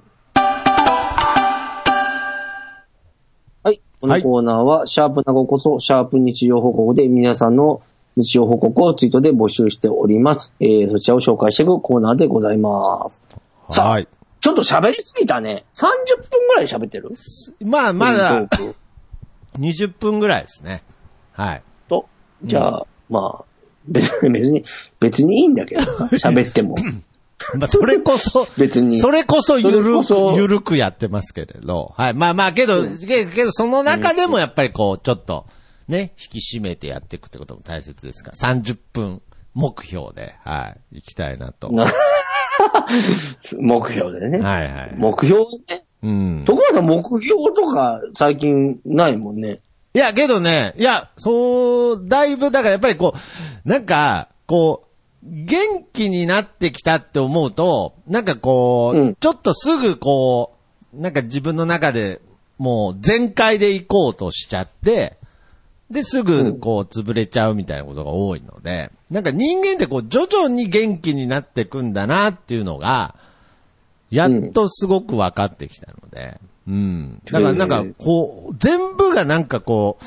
[SPEAKER 1] はい。このコーナーは、シャープなごこそ、シャープ日常報告で皆さんの日常報告をツイートで募集しております。えー、そちらを紹介していくコーナーでございます。
[SPEAKER 2] う。
[SPEAKER 1] さあ
[SPEAKER 2] はい。
[SPEAKER 1] ちょっと喋りすぎたね。30分ぐらい喋ってる
[SPEAKER 2] まあ、ま
[SPEAKER 1] フリー
[SPEAKER 2] だ
[SPEAKER 1] ト、ーク
[SPEAKER 2] 20分ぐらいですね。はい。
[SPEAKER 1] と、じゃあ、まあ、別に、 別に、別にいいんだ けど、喋っても。
[SPEAKER 2] まあ、それこそ、
[SPEAKER 1] 別に
[SPEAKER 2] それこそゆ
[SPEAKER 1] それ
[SPEAKER 2] る
[SPEAKER 1] こそ
[SPEAKER 2] く、ゆるくやってますけれど。はい。まあまあ、けど、けけど、その中でもやっぱりこう、ちょっと、ね、引き締めてやっていくってことも大切ですから、30分目標で、はい、行きたいなと。はい
[SPEAKER 1] な目標でね。
[SPEAKER 2] はい。
[SPEAKER 1] 目標ね。
[SPEAKER 2] うん。
[SPEAKER 1] 徳川さん目標とか最近ないもんね。
[SPEAKER 2] いや、けどね、いや、そう、だいぶ、だからやっぱりこう、なんか、こう、元気になってきたって思うと、なんかこう、
[SPEAKER 1] うん
[SPEAKER 2] ちょっとすぐこう、なんか自分の中でもう全開で行こうとしちゃって、で、すぐこう潰れちゃうみたいなことが多いので、なんか人間ってこう徐々に元気になってくんだなっていうのが、やっとすごく分かってきたので、うん。だからなんかこう、全部がなんかこう、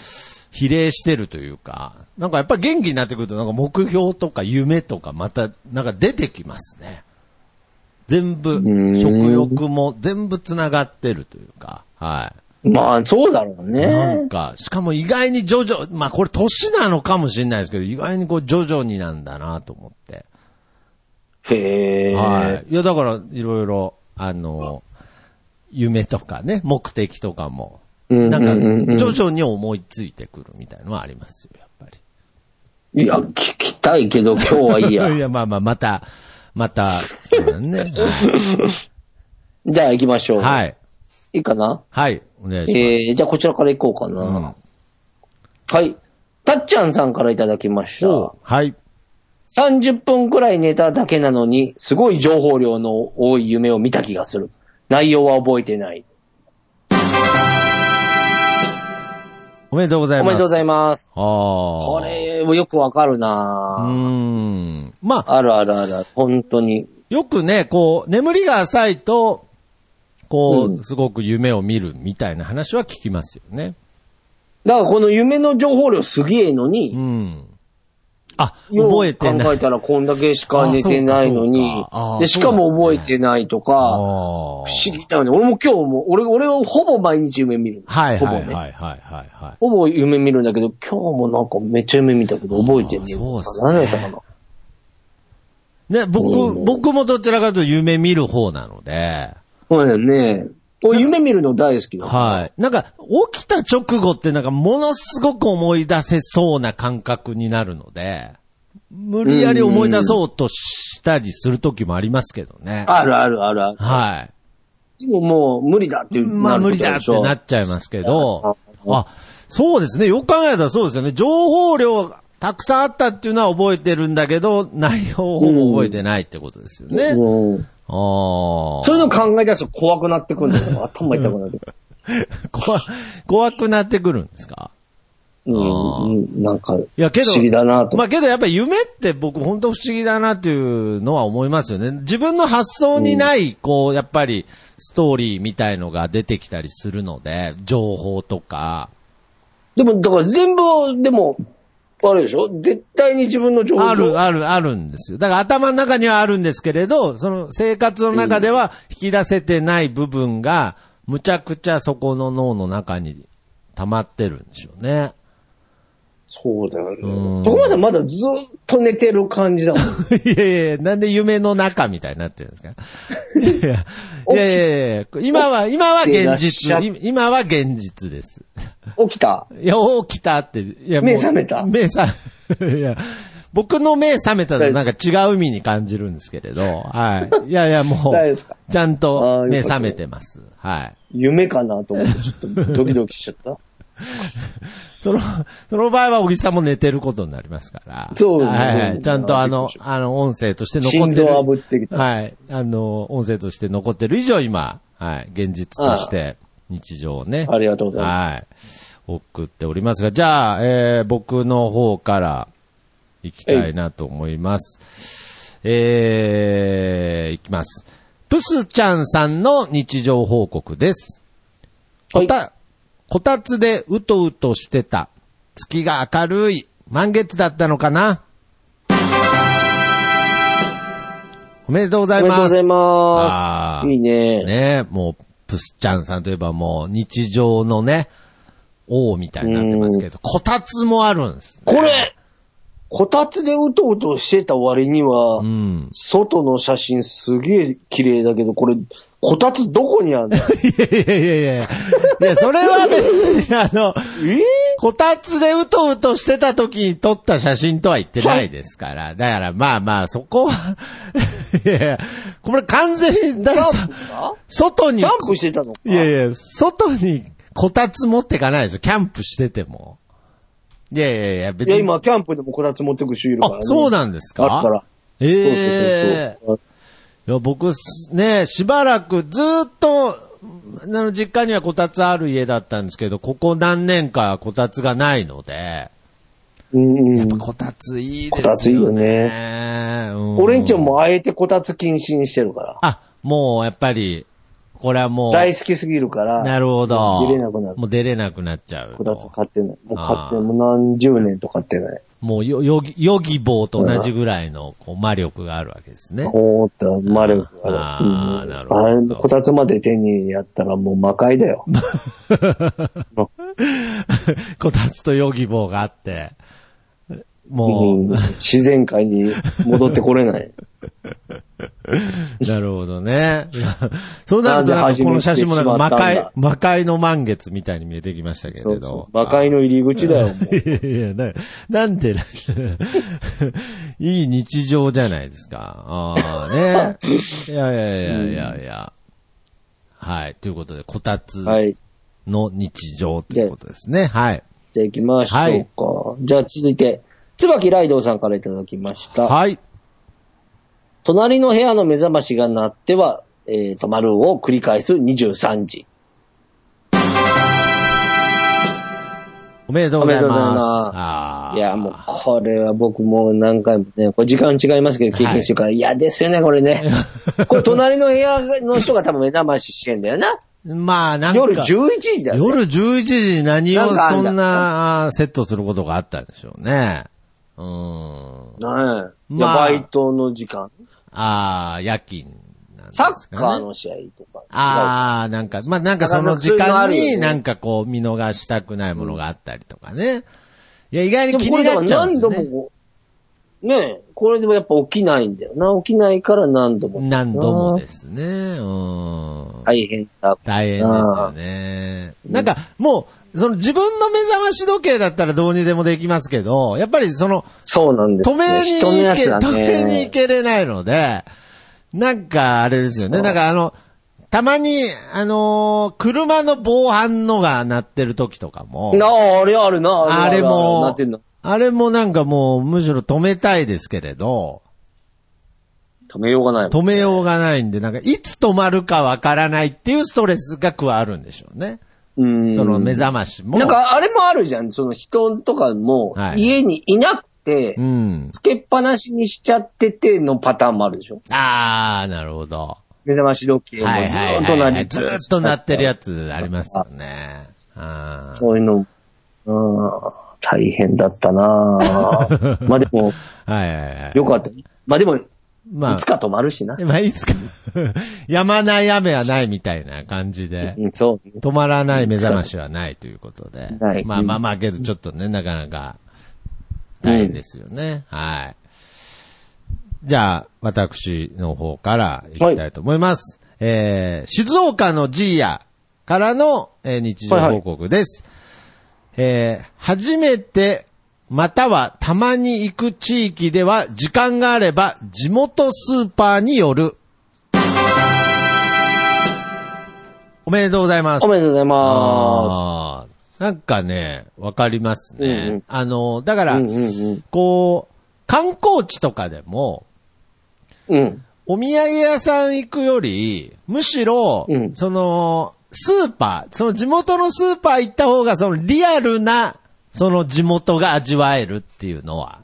[SPEAKER 2] 比例してるというか、なんかやっぱり元気になってくるとなんか目標とか夢とかまたなんか出てきますね。全部
[SPEAKER 1] ん、
[SPEAKER 2] 食欲も全部繋がってるというか、はい。
[SPEAKER 1] まあ、そうだろう
[SPEAKER 2] な
[SPEAKER 1] ね
[SPEAKER 2] ん。か、しかも意外に徐々、まあこれ年なのかもしれないですけど、意外にこう徐々になんだなと思って。
[SPEAKER 1] へえ。
[SPEAKER 2] はい。いやだから、いろいろ、あの、夢とかね、目的とかも、
[SPEAKER 1] うん
[SPEAKER 2] なんか
[SPEAKER 1] うんうんうん
[SPEAKER 2] 徐々に思いついてくるみたいなのはありますよ、やっぱり。
[SPEAKER 1] いや、聞きたいけど今日はいいや。
[SPEAKER 2] いや、まあまあ、また、また、そう だね。はい
[SPEAKER 1] じゃあ行きましょう。。
[SPEAKER 2] はいい。
[SPEAKER 1] いいかな
[SPEAKER 2] はい。お願いし
[SPEAKER 1] えー、じゃあこちらから行こうか
[SPEAKER 2] ます。うん
[SPEAKER 1] な。はい。たっちゃんさんからいただきました。
[SPEAKER 2] おうはい。
[SPEAKER 1] 30分くらい寝ただけなのに、すごい情報量の多い夢を見た気がする。内容は覚えてない。
[SPEAKER 2] おめでとうござい
[SPEAKER 1] お
[SPEAKER 2] ま
[SPEAKER 1] め
[SPEAKER 2] す。
[SPEAKER 1] でとうござい
[SPEAKER 2] ま
[SPEAKER 1] ます。
[SPEAKER 2] す。ああ。
[SPEAKER 1] こ。れもよくわかる
[SPEAKER 2] うー
[SPEAKER 1] なぁ
[SPEAKER 2] ん。まあ、
[SPEAKER 1] あるあるある。本当に。
[SPEAKER 2] よくね、こう、眠りが浅いと、こ
[SPEAKER 1] う
[SPEAKER 2] う、
[SPEAKER 1] ん
[SPEAKER 2] すごく夢を見るみたいな話は聞きますよね。
[SPEAKER 1] だからこの夢の情報量すげえの
[SPEAKER 2] う
[SPEAKER 1] に、
[SPEAKER 2] ん。あ、
[SPEAKER 1] よう
[SPEAKER 2] 覚えてない。
[SPEAKER 1] 考えたらこんだけしか寝てないのに
[SPEAKER 2] あそうかそうかあ、ー
[SPEAKER 1] で、しかも覚えてないとか、
[SPEAKER 2] あ
[SPEAKER 1] 不
[SPEAKER 2] ー
[SPEAKER 1] 思議だよね。俺も今日も、俺、俺はほぼ毎日夢見る。
[SPEAKER 2] はいはい
[SPEAKER 1] ほぼね。
[SPEAKER 2] はいはいはいはい。
[SPEAKER 1] ほぼ夢見るんだけど、今日もなんかめっちゃ夢見たけど覚えてねえ
[SPEAKER 2] あーそうっすね
[SPEAKER 1] 何やったかな。
[SPEAKER 2] ね、僕、
[SPEAKER 1] うん
[SPEAKER 2] 僕もどちらかというと夢見る方なので、
[SPEAKER 1] そうだよね。俺夢見るの大好きだ。
[SPEAKER 2] はい。なんか、起きた直後ってなんか、ものすごく思い出せそうな感覚になるので、無理やり思い出そうとしたりする時もありますけどね。
[SPEAKER 1] あるあるあるある。
[SPEAKER 2] は
[SPEAKER 1] でももう無理だって
[SPEAKER 2] い。
[SPEAKER 1] いう。
[SPEAKER 2] まあ、無理だってなっちゃいますけど、あ、そうですね。よく考えたらそうですよね。情報量がたくさんあったっていうのは覚えてるんだけど、内容をほぼ覚えてないってことですよね。あ
[SPEAKER 1] うん
[SPEAKER 2] あ
[SPEAKER 1] そ
[SPEAKER 2] ー。
[SPEAKER 1] ういうの考え出すと怖くなってくるんだよ。頭痛くなってくる。
[SPEAKER 2] 怖、怖くなってくるんですか
[SPEAKER 1] うんうん。なんか、
[SPEAKER 2] いや、けど、
[SPEAKER 1] 不思議だなと。
[SPEAKER 2] まあけどやっぱり夢って僕本当不思議だなっていうのは思いますよね。自分の発想にない、こう、やっぱりストーリーみたいのが出てきたりするので、情報とか。
[SPEAKER 1] でも、だから全部、でも、あれでしょ絶対に自分の情報
[SPEAKER 2] ある、ある、あるんですよ。だから頭の中にはあるんですけれど、その生活の中では引き出せてない部分が、むちゃくちゃそこの脳の中に溜まってるんでしょうね。
[SPEAKER 1] そうだよ
[SPEAKER 2] う
[SPEAKER 1] ね。
[SPEAKER 2] ん
[SPEAKER 1] 徳間さんまだずっと寝てる感じだもん。
[SPEAKER 2] いやいや、なんで夢の中みたいになってるんですかいやいやいやいやいや、今は、今は現
[SPEAKER 1] 起きてらっ
[SPEAKER 2] 実。
[SPEAKER 1] し
[SPEAKER 2] い今は現実です。
[SPEAKER 1] 起きた
[SPEAKER 2] いや、起きたって。いや、もう
[SPEAKER 1] 目覚めた
[SPEAKER 2] 目覚め、い や、僕の目覚めたらなんか違う意味に感じるんですけれど、はい。いやいや、も
[SPEAKER 1] 大丈夫ですか
[SPEAKER 2] う、ちゃん
[SPEAKER 1] あ
[SPEAKER 2] と
[SPEAKER 1] ー
[SPEAKER 2] 目
[SPEAKER 1] よかった
[SPEAKER 2] 覚めてます。はい。
[SPEAKER 1] 夢かなと思って、ちょっとドキドキしちゃった。
[SPEAKER 2] その、 その場合は小木さんも寝てることになりますから。
[SPEAKER 1] そうですね
[SPEAKER 2] はいはい。ちゃんとあの、あの、音声として残って
[SPEAKER 1] 心
[SPEAKER 2] る。
[SPEAKER 1] 臓炙ってきた
[SPEAKER 2] はい。あの、音声として残ってる以上、今、はい。現実として、日常をね。
[SPEAKER 1] ありがとうございます
[SPEAKER 2] はい。送っておりますが、じゃあ、えー、僕の方から、行きたいなと思います。えー、いきます。プスちゃんさんの日常報告です。こた、こたつでうとうとしてた。月が明るい。満月だったのかなおめでとうござ
[SPEAKER 1] お
[SPEAKER 2] い
[SPEAKER 1] めでとうござ
[SPEAKER 2] ます。
[SPEAKER 1] い
[SPEAKER 2] あ
[SPEAKER 1] ます。
[SPEAKER 2] ー
[SPEAKER 1] いいね。
[SPEAKER 2] ねえ、もう、プスちゃんさんといえばもう日常のね、王みたいになってますけど、こたつもあるんです。
[SPEAKER 1] これ、こたつでうとうとしてた割には、
[SPEAKER 2] うん。
[SPEAKER 1] 外の写真すげえ綺麗だけど、これ、こたつどこに あるの
[SPEAKER 2] いやいやいやいやいや。いや、それは別に、あ の、
[SPEAKER 1] え
[SPEAKER 2] こたつでうとうとしてた時に撮った写真とは言ってないですから。だからまあまあ、そこは、 いやいや、これ完全に、だ
[SPEAKER 1] キ
[SPEAKER 2] から
[SPEAKER 1] ャン
[SPEAKER 2] さ
[SPEAKER 1] プか
[SPEAKER 2] 外に、
[SPEAKER 1] キャンプしてたのか
[SPEAKER 2] いやいや、外にこたつ持ってかないでしょ、キャンプしてても。いやいやいや、別
[SPEAKER 1] い
[SPEAKER 2] に。
[SPEAKER 1] や、今、キャンプでもこたつ持ってく人いるから、ね
[SPEAKER 2] あ、。そうなんですか
[SPEAKER 1] あるから。そうそうそう
[SPEAKER 2] ええ
[SPEAKER 1] そう
[SPEAKER 2] いや、僕、ね、しばらくずっと、あの、実家にはこたつある家だったんですけど、ここ何年かこたつがないので、
[SPEAKER 1] うんう
[SPEAKER 2] やっ
[SPEAKER 1] ん
[SPEAKER 2] ぱ。こたついいですよね。
[SPEAKER 1] こたついいよ
[SPEAKER 2] ね。
[SPEAKER 1] 俺んちはもうあえてこたつ禁止にしてるから。
[SPEAKER 2] あ、もうやっぱり、これはもう、
[SPEAKER 1] 大好きすぎるから。
[SPEAKER 2] なるほど。
[SPEAKER 1] 出れなくなる。
[SPEAKER 2] もう出れなくなっちゃう。
[SPEAKER 1] こたつ買ってない。もう買って
[SPEAKER 2] あー
[SPEAKER 1] ない。もう何十年と買ってない。
[SPEAKER 2] もうよ、よぎ、よぎ棒と同じぐらいの、こう、魔力があるわけですね。
[SPEAKER 1] こうったらマルク
[SPEAKER 2] あーなるほど
[SPEAKER 1] あれ、こたつまで手にやったらもう魔界だよ。
[SPEAKER 2] こたつとよぎ棒があって、 もう、
[SPEAKER 1] うん自然界に戻ってこれない。
[SPEAKER 2] なるほどね。 いやそうなると、なんかこの写真もなんか魔界、魔界の満月みたいに見えてきましたけれど。
[SPEAKER 1] そうそう。魔界の入り口だよ。もう
[SPEAKER 2] いやいや、ななんで、 いい日常じゃないですか。ああ、ね。 いやいやいやいやいや。はい。ということで、こたつ
[SPEAKER 1] はい。
[SPEAKER 2] の日常ということですね。はい。
[SPEAKER 1] じゃあ行きましょうか。じゃあ続いて、椿ライドウさんからいただきました。
[SPEAKER 2] はい。
[SPEAKER 1] 隣の部屋の目覚ましが鳴っては、えー、と、丸を繰り返す23時。
[SPEAKER 2] おめでとうございます。
[SPEAKER 1] おめでとうございます
[SPEAKER 2] ああ
[SPEAKER 1] いや、もう、これは僕もう何回もね、これ時間違いますけど経験してるから、い、やですよね、これ ね。これ隣の部屋の人が多分目覚まししてんだよな。
[SPEAKER 2] まあ、なんか。
[SPEAKER 1] 夜11時だよ、ね。
[SPEAKER 2] 夜11時に何を
[SPEAKER 1] なんかあん
[SPEAKER 2] そ
[SPEAKER 1] だ
[SPEAKER 2] んな、あーセットすることがあったんでしょうね。うーん。
[SPEAKER 1] ねえ。いや
[SPEAKER 2] まあ
[SPEAKER 1] バイトの時間。
[SPEAKER 2] ああ、夜勤なんです
[SPEAKER 1] サ
[SPEAKER 2] か、
[SPEAKER 1] ッ
[SPEAKER 2] ね。
[SPEAKER 1] カーの試合とか。
[SPEAKER 2] ああ、なんか、まあ、なんかその
[SPEAKER 1] なかなかそ
[SPEAKER 2] 時
[SPEAKER 1] ういうのあ
[SPEAKER 2] 間
[SPEAKER 1] るよ
[SPEAKER 2] に
[SPEAKER 1] ね
[SPEAKER 2] なんかこう見逃したくないものがあったりとかね。いや、意外
[SPEAKER 1] でも
[SPEAKER 2] に気
[SPEAKER 1] こ
[SPEAKER 2] に
[SPEAKER 1] れだか
[SPEAKER 2] な
[SPEAKER 1] ら
[SPEAKER 2] っちゃうん
[SPEAKER 1] 何
[SPEAKER 2] で
[SPEAKER 1] 度
[SPEAKER 2] すよ
[SPEAKER 1] も
[SPEAKER 2] ね。
[SPEAKER 1] こう、ねえ、これでもやっぱ起きないんだよな。起きないから何度も。。
[SPEAKER 2] 何度もですすね。うーん。
[SPEAKER 1] 大変だ。
[SPEAKER 2] 大変ですよね。なんか、もう、その自分の目覚まし時計だったらどうにでもできますけど、やっぱりその、
[SPEAKER 1] そうなんです、ね。
[SPEAKER 2] 止めに
[SPEAKER 1] 人の
[SPEAKER 2] 行
[SPEAKER 1] や
[SPEAKER 2] け、
[SPEAKER 1] つだね。
[SPEAKER 2] 止めに行けれないので、なんかあれですよね。なんかあの、たまに、あのー車の防犯のが鳴ってる時とかも、
[SPEAKER 1] なあ、あれあるな。
[SPEAKER 2] あ
[SPEAKER 1] る
[SPEAKER 2] れ
[SPEAKER 1] るな
[SPEAKER 2] も
[SPEAKER 1] ってんの。、
[SPEAKER 2] あれもなんかもうむしろ止めたいですけれど、
[SPEAKER 1] 止めようがないもん。
[SPEAKER 2] 止めようがないんで、なんかいつ止まるかわからないっていうストレスが加わるんでしょうね。
[SPEAKER 1] うん
[SPEAKER 2] その目覚ましも。
[SPEAKER 1] なんかあれもあるじゃん。その人とかも
[SPEAKER 2] は、い
[SPEAKER 1] 家にいなくて、
[SPEAKER 2] うん。
[SPEAKER 1] つけっぱなしにしちゃっててのパターンもあるでしょ
[SPEAKER 2] あー、なるほど。
[SPEAKER 1] 目覚まし時計もずーっとなり
[SPEAKER 2] ずーっと鳴ってるやつありますよね。あー
[SPEAKER 1] そういうの、うん、大変だったな ぁまあでも、
[SPEAKER 2] はいはいはい。
[SPEAKER 1] よかった。まあでも、い
[SPEAKER 2] まあ、
[SPEAKER 1] つか止まるしな。
[SPEAKER 2] まあ、いつか、 やまない雨はないみたいな感じで、
[SPEAKER 1] うん、そう。
[SPEAKER 2] 止まらない目覚ましはないということで
[SPEAKER 1] はい。
[SPEAKER 2] まあまあまあ、けどちょっとね、なかなか大変ですよね。はい。じゃあ、私の方からいきたいと思います。えー、静岡のジーヤからの、えー日常報告です。えー初めて、またはたまに行く地域では、時間があれば、地元スーパーによる。おめでとうございます。
[SPEAKER 1] おめでとうございま
[SPEAKER 2] あーなんかね、わかりますね。
[SPEAKER 1] うんうん
[SPEAKER 2] あの、だか
[SPEAKER 1] す。
[SPEAKER 2] ら、
[SPEAKER 1] うんうん
[SPEAKER 2] こう、観光地とかでも、
[SPEAKER 1] うん。うん。
[SPEAKER 2] お土産屋さん行くより、むしろ、
[SPEAKER 1] うん
[SPEAKER 2] その、スーパー、その地元のスーパー行った方が、そのリアルな、その地元が味わえるっていうのは、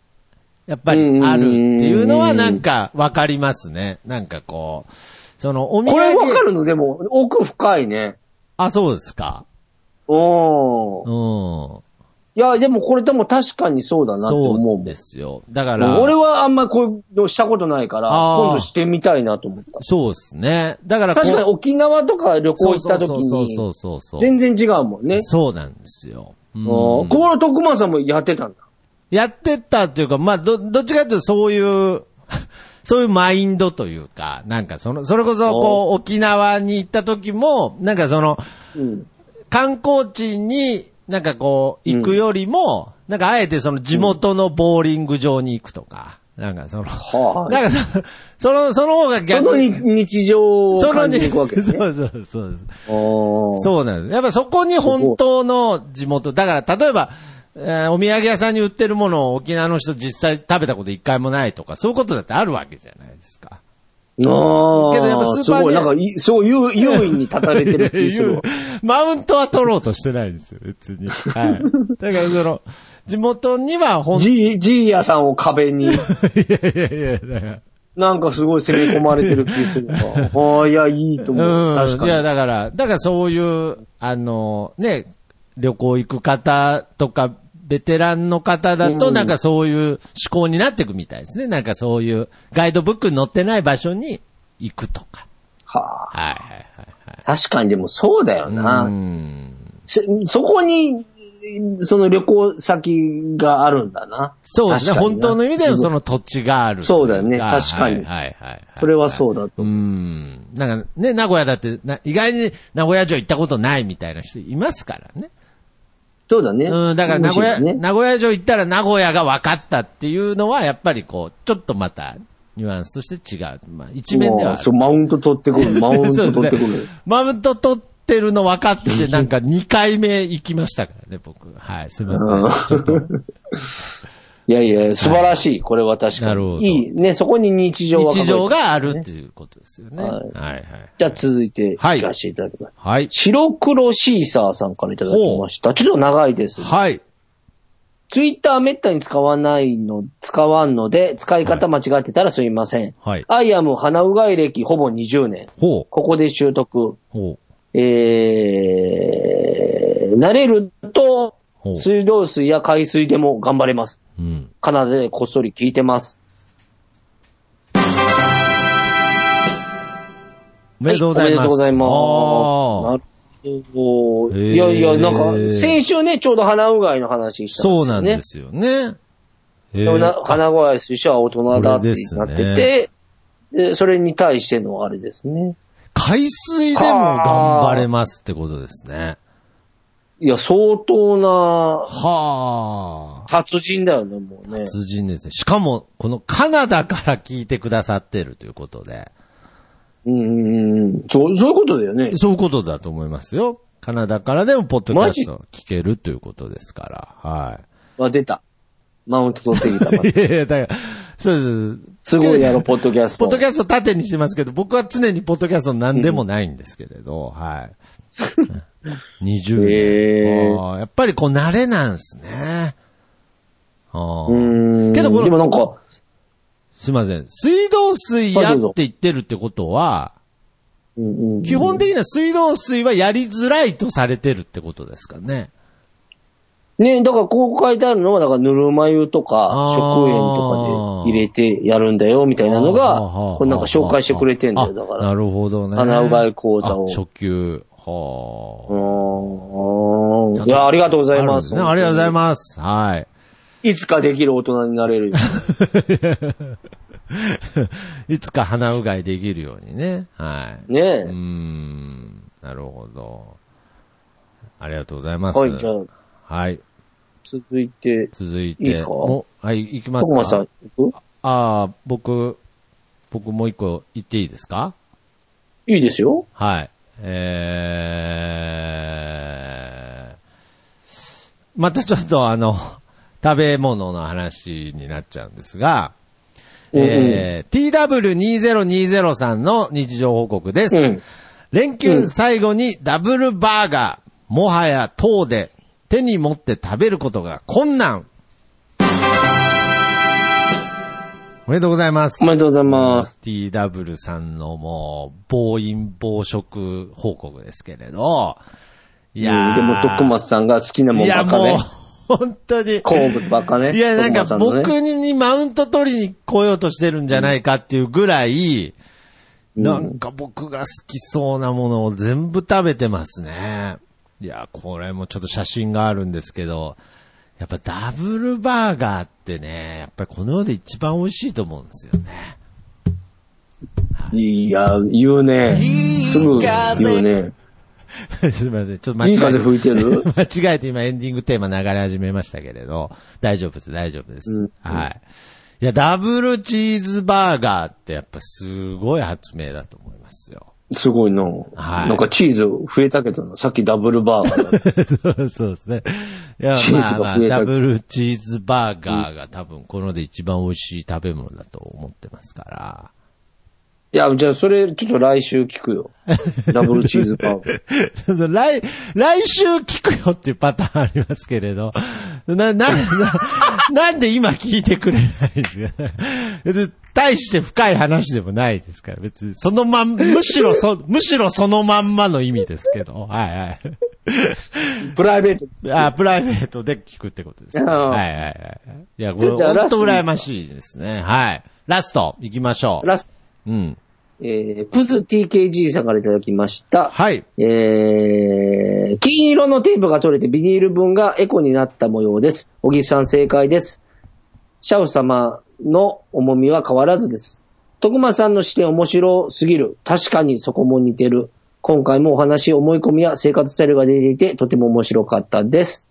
[SPEAKER 2] やっぱりあるっていうのはなんかわかりますね。なんかこう、そのお土
[SPEAKER 1] こ
[SPEAKER 2] 産。
[SPEAKER 1] れわかるのでも、奥深いね。
[SPEAKER 2] あ、そうですか。
[SPEAKER 1] おー
[SPEAKER 2] うん。
[SPEAKER 1] いや、でもこれでも確かにそうだなって思うも
[SPEAKER 2] そ
[SPEAKER 1] ん
[SPEAKER 2] うですよ。だから、
[SPEAKER 1] 俺はあんまりこういうのしたことないから、
[SPEAKER 2] あー
[SPEAKER 1] 今度してみたいなと思った。
[SPEAKER 2] そうですね。だからこう、
[SPEAKER 1] 確かに沖縄とか旅行行った時
[SPEAKER 2] そうそう
[SPEAKER 1] に、
[SPEAKER 2] そうそうそう。
[SPEAKER 1] 全然違うもんね。
[SPEAKER 2] そうなんですよ。うん
[SPEAKER 1] この徳間さんもやってたんだ。
[SPEAKER 2] やってったっていうか、まあ、ど、どっちかっていうとそういう、 そういうマインドというか、なんかその、それこそこう、沖縄に行った時も、なんかその、
[SPEAKER 1] うん。
[SPEAKER 2] 観光地になんかこう、行くよりも、なんかあえてその地元のボーリング場に行くとか、なんかその、
[SPEAKER 1] はい
[SPEAKER 2] なんかその、その、その方が
[SPEAKER 1] そ
[SPEAKER 2] 逆
[SPEAKER 1] のに日常を
[SPEAKER 2] その
[SPEAKER 1] 感じ
[SPEAKER 2] に
[SPEAKER 1] に行くわけですね。
[SPEAKER 2] そうそうそうです。
[SPEAKER 1] おー
[SPEAKER 2] そうなんです。やっぱそこに本当の地元。だから、例えば、えーお土産屋さんに売ってるものを沖縄の人実際食べたこと一回もないとか、そういうことだってあるわけじゃないですか。
[SPEAKER 1] ああ。
[SPEAKER 2] けどやっぱスーパ
[SPEAKER 1] す
[SPEAKER 2] ーに
[SPEAKER 1] ごい、なんかい、すごい優優位に立たれてる気するわ。
[SPEAKER 2] マウントは取ろうとしてないんですよ、別に。はい。だから、その、地元には本当に、
[SPEAKER 1] ジー、ジーヤさんを壁 に、
[SPEAKER 2] いや いやいや、だから
[SPEAKER 1] なんかすごい攻め込まれてる気するわ。ああ、いや、いいと思う。確
[SPEAKER 2] うん。いや、
[SPEAKER 1] か
[SPEAKER 2] だから、だからそういう、あの、ね、旅行行く方とか、ベテランの方だと、
[SPEAKER 1] うん
[SPEAKER 2] なんかそういう思考になっていくみたいですね。なんかそういう、ガイドブックに載ってない場所に行くとか。
[SPEAKER 1] に。はあ。
[SPEAKER 2] はいはいはい
[SPEAKER 1] 確かに、でもそうだよ
[SPEAKER 2] はい。う
[SPEAKER 1] な。
[SPEAKER 2] ん。
[SPEAKER 1] せそこに、その旅行先があるんだな。
[SPEAKER 2] そうですね。
[SPEAKER 1] 確かに
[SPEAKER 2] 本
[SPEAKER 1] な
[SPEAKER 2] 当の意味でのその土地がある。
[SPEAKER 1] そうだよね
[SPEAKER 2] あー
[SPEAKER 1] 確かに
[SPEAKER 2] はいはいはいはい。
[SPEAKER 1] それはそうだと
[SPEAKER 2] う。ん。なんかね、名古屋だって、な意外に名古屋城行ったことないみたいな人いますからね。
[SPEAKER 1] そうだね。
[SPEAKER 2] うん、だから名古屋、
[SPEAKER 1] むしろね。
[SPEAKER 2] 名古屋城行ったら名古屋が分かったっていうのは、やっぱりこう、ちょっとまた、ニュアンスとして違う。まあ、一面で
[SPEAKER 1] も
[SPEAKER 2] はあ
[SPEAKER 1] う
[SPEAKER 2] る。
[SPEAKER 1] そう、マウント取って くる。マウント
[SPEAKER 2] そう
[SPEAKER 1] 取
[SPEAKER 2] で
[SPEAKER 1] って
[SPEAKER 2] す
[SPEAKER 1] く
[SPEAKER 2] ね
[SPEAKER 1] る。。
[SPEAKER 2] マウント取ってるの分かってて、なんか2回目行きましたからね、僕。はい、すいませ
[SPEAKER 1] うん
[SPEAKER 2] ん。ちょっと、
[SPEAKER 1] いやいや、素晴らしい。これは確か
[SPEAKER 2] なるほど
[SPEAKER 1] に。いい。ね、そこに日常は。
[SPEAKER 2] 日常。があるっていうことですよね。
[SPEAKER 1] は
[SPEAKER 2] はいい、はい。
[SPEAKER 1] じゃあ続いて、
[SPEAKER 2] はい
[SPEAKER 1] 聞かせていただきます。
[SPEAKER 2] はい。
[SPEAKER 1] 白黒シーサーさんからいただきました。ちょっと長いです。
[SPEAKER 2] はい。
[SPEAKER 1] ツイッターめったに使わないの、使わんので、使い方間違ってたらすいません。
[SPEAKER 2] はい。
[SPEAKER 1] アイアム鼻うがい歴ほぼ20年。
[SPEAKER 2] ほう。
[SPEAKER 1] ここで習得。
[SPEAKER 2] ほう。
[SPEAKER 1] えー、慣れると
[SPEAKER 2] ほ、う
[SPEAKER 1] 水道水や海水でも頑張れます。
[SPEAKER 2] うん。
[SPEAKER 1] カナダでこっそり聞いてます。
[SPEAKER 2] おめでとうございます。
[SPEAKER 1] はおめでとうござ
[SPEAKER 2] あ
[SPEAKER 1] い
[SPEAKER 2] ー
[SPEAKER 1] ます。なるほど。
[SPEAKER 2] へー
[SPEAKER 1] いやいや、なんか、先週ね、ちょうど鼻うがいの話したんですよね。
[SPEAKER 2] そうなんで。すよね。え
[SPEAKER 1] でもな鼻うがいする人は大人だってなって
[SPEAKER 2] これ
[SPEAKER 1] て、でそれに対してのあれですね。
[SPEAKER 2] 海水でも頑張れますってことですね。
[SPEAKER 1] いや、相当な
[SPEAKER 2] はあ。
[SPEAKER 1] 達人だよね、もうね。
[SPEAKER 2] 通人ですね。しかも、このカナダから聞いてくださってるということで。
[SPEAKER 1] うんうんうん。そう、そういうことだよね。
[SPEAKER 2] そういうことだと思いますよ。カナダからでもポッドキャスト聞けるということですから。は
[SPEAKER 1] あ、出た。マウント取ってきた。また
[SPEAKER 2] い。 いやいや、だから、そうです。
[SPEAKER 1] すごいやろ、ポッドキャス
[SPEAKER 2] ポ
[SPEAKER 1] ト。
[SPEAKER 2] ッドキャスト縦にしてますけど、僕は常にポッドキャスト何でもないんですけれど、 はい。20年、
[SPEAKER 1] へー
[SPEAKER 2] あーやっぱりこう慣れなんですね。あー
[SPEAKER 1] うん。
[SPEAKER 2] けどこの
[SPEAKER 1] でもなんか、
[SPEAKER 2] すいません。水道水やって言ってるってことは、
[SPEAKER 1] うんうん、
[SPEAKER 2] 基本的には水道水はやりづらいとされてるってことですかね。
[SPEAKER 1] ね、だからここ書いてあるのは、だからぬるま湯とか
[SPEAKER 2] あ、ー
[SPEAKER 1] 食塩とかで入れてやるんだよ、みたいなの
[SPEAKER 2] はあはあは
[SPEAKER 1] が
[SPEAKER 2] あ、
[SPEAKER 1] これなんか紹介してくれてんだよ、だか
[SPEAKER 2] あな
[SPEAKER 1] ら。
[SPEAKER 2] るほどね。
[SPEAKER 1] 鼻うがい講座を
[SPEAKER 2] あ初級。はあ。
[SPEAKER 1] う
[SPEAKER 2] ち
[SPEAKER 1] ーん。い
[SPEAKER 2] ゃんと
[SPEAKER 1] や、ありがとうございます。
[SPEAKER 2] あるんですねありがとうございます。はい。
[SPEAKER 1] いつかできる大人になれるよ。
[SPEAKER 2] いつか鼻うがいできるようにね。はい。
[SPEAKER 1] ね
[SPEAKER 2] うーん。なるほど。ありがとうございます。
[SPEAKER 1] はい、じゃあ、
[SPEAKER 2] はい。
[SPEAKER 1] 続いて、
[SPEAKER 2] 続いて。
[SPEAKER 1] いいですか
[SPEAKER 2] もはい、行きま
[SPEAKER 1] 徳
[SPEAKER 2] すか。
[SPEAKER 1] 間さん、行く
[SPEAKER 2] ああ、僕、僕もう一個言っていいですか
[SPEAKER 1] いいですよ。
[SPEAKER 2] はい。えーまたちょっとあの、 食べ物の話になっちゃうんですが、えー TW2020 さんの日常報告です。
[SPEAKER 1] うん
[SPEAKER 2] 連休最後にダブルバーガー、もはや糖で手に持って食べることが困難。おめでとうございます
[SPEAKER 1] お。めでとうございます。
[SPEAKER 2] TW さんのもう、暴飲暴食報告ですけれど、い
[SPEAKER 1] い
[SPEAKER 2] やー、
[SPEAKER 1] でも、徳松さんが好きなもん
[SPEAKER 2] い
[SPEAKER 1] ば
[SPEAKER 2] や
[SPEAKER 1] っか
[SPEAKER 2] もう
[SPEAKER 1] ね。、
[SPEAKER 2] 本当に。
[SPEAKER 1] 好物ばっかね。
[SPEAKER 2] いや、なんか
[SPEAKER 1] 徳松さのね
[SPEAKER 2] 僕にマウント取りに来ようとしてるんじゃないかっていうぐらい、なんか僕が好きそうなものを全部食べてますね。いや、これもちょっと写真があるんですけど、やっぱダブルバーガーってね、やっぱりこの世で一番美味しいと思うんですよね。
[SPEAKER 1] いや、言うね。すぐ言うね。
[SPEAKER 2] すみません。ちょっと間違え
[SPEAKER 1] いい風吹いてる
[SPEAKER 2] 間違えて今エンディングテーマ流れ始めましたけれど、大丈夫です、大丈夫です。
[SPEAKER 1] うん
[SPEAKER 2] はい。いや、ダブルチーズバーガーってやっぱすごい発明だと思いますよ。
[SPEAKER 1] すごいな。
[SPEAKER 2] はい
[SPEAKER 1] なんかチーズ増えたけどな。さっきダブルバーガーだった。
[SPEAKER 2] そうそうですね。いや、
[SPEAKER 1] チー
[SPEAKER 2] まあ
[SPEAKER 1] ズ
[SPEAKER 2] ま
[SPEAKER 1] が
[SPEAKER 2] あ、
[SPEAKER 1] 増えた
[SPEAKER 2] ダブルチーズバーガーが多分この世で一番美味しい食べ物だと思ってますから。
[SPEAKER 1] いや、じゃあそれちょっと来週聞くよ。ダブルチーズバーガー。
[SPEAKER 2] 来、来週聞くよっていうパターンありますけれど、な、な、な、なんで今聞いてくれないんですか 別に大して深い話でもないですから、別に、そのまん、むしろそ、むしろそのまんまの意味ですけど、はいはい。
[SPEAKER 1] プライベート。
[SPEAKER 2] あ、プライベートで聞くってことですね。
[SPEAKER 1] うん
[SPEAKER 2] はいはいはい。いや、これ、
[SPEAKER 1] じゃあ
[SPEAKER 2] ほんと羨ましいですね。はい。ラスト、行きましょう。
[SPEAKER 1] ラスト、
[SPEAKER 2] うん。
[SPEAKER 1] えー、プズ TKG さんからいただきました。
[SPEAKER 2] はい。
[SPEAKER 1] えー、金色のテープが取れてビニール分がエコになった模様です。小木さん正解です。シャオ様の重みは変わらずです。徳間さんの視点面白すぎる。確かにそこも似てる。今回もお話、思い込みや生活スタイルが出ていて、とても面白かったです。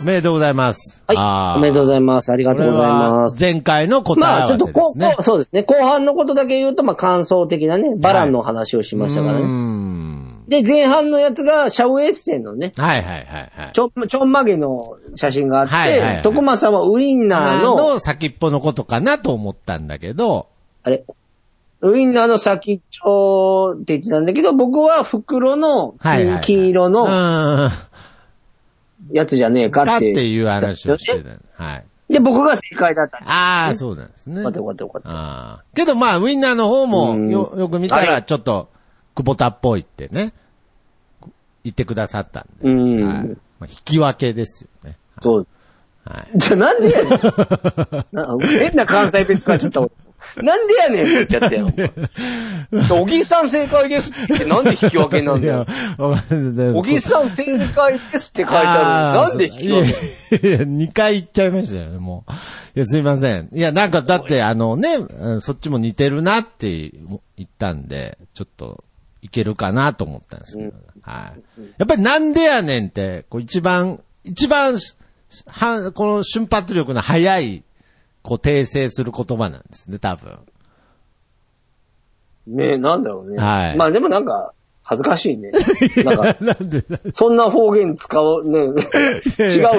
[SPEAKER 2] おめでとうございます。あ
[SPEAKER 1] はい。
[SPEAKER 2] ー
[SPEAKER 1] おめでとうございます。ありが
[SPEAKER 2] こと
[SPEAKER 1] う
[SPEAKER 2] れ
[SPEAKER 1] ございま
[SPEAKER 2] は
[SPEAKER 1] す。
[SPEAKER 2] 前回の答え合
[SPEAKER 1] まあ、
[SPEAKER 2] わ
[SPEAKER 1] ち
[SPEAKER 2] せ
[SPEAKER 1] ょっと
[SPEAKER 2] で
[SPEAKER 1] こ
[SPEAKER 2] す
[SPEAKER 1] う、
[SPEAKER 2] ね。
[SPEAKER 1] こうそうですね。後半のことだけ言うと、まあ、感想的なね、バランの話をしましたから
[SPEAKER 2] うー
[SPEAKER 1] ね。
[SPEAKER 2] ん
[SPEAKER 1] で、前半のやつが、シャウエッセンのね、
[SPEAKER 2] はいはいはいはい。
[SPEAKER 1] ちょん、ちょんまげの写真があって、
[SPEAKER 2] はいはいはい
[SPEAKER 1] 徳間さんはウインナーの、
[SPEAKER 2] の先っぽのことかなと思ったんだけど、
[SPEAKER 1] あれ、ウインナーの先っちょって言ってたんだけど、僕は袋の金,、
[SPEAKER 2] はいはいはい。
[SPEAKER 1] 色
[SPEAKER 2] う
[SPEAKER 1] の
[SPEAKER 2] ーん
[SPEAKER 1] やつじゃねえか
[SPEAKER 2] かっ
[SPEAKER 1] って。
[SPEAKER 2] ていう話をしてた。はい。
[SPEAKER 1] で、僕が正解だったんで。
[SPEAKER 2] ああ、そうなんですね。
[SPEAKER 1] よかったよかったよかった。
[SPEAKER 2] ああ。けどまあ、ウィンナーの方も
[SPEAKER 1] うん
[SPEAKER 2] よ、よく見た
[SPEAKER 1] は
[SPEAKER 2] ら、
[SPEAKER 1] い
[SPEAKER 2] ちょっと、久保田っぽいってね、言ってくださったんで。
[SPEAKER 1] うん
[SPEAKER 2] はいまあ、引き分けですよね。
[SPEAKER 1] そう。
[SPEAKER 2] はい。
[SPEAKER 1] じゃあなんでやねんな変な関西弁使っちゃった俺なんでやねんって言っちゃったよ。おぎさん正解ですってなんで引き分けなん だよ。お
[SPEAKER 2] お
[SPEAKER 1] ぎさん正解ですって書いてある。なんで引き分け
[SPEAKER 2] いや、いや二回言っちゃいましたよね、もう。いや、すいません。いや、なんか、だって、あのね、うんそっちも似てるなって言ったんで、ちょっと、いけるかなと思ったんですけど、はい。やっぱりなんでやねんって、こう一番、一番、しはこの瞬発力の速い、こう訂正する言葉なんですね、多分。
[SPEAKER 1] ねえ、なんだろうね。
[SPEAKER 2] はい
[SPEAKER 1] まあでもなんか、恥ずかしいね。なんか、そんな方言使う、ね、 違う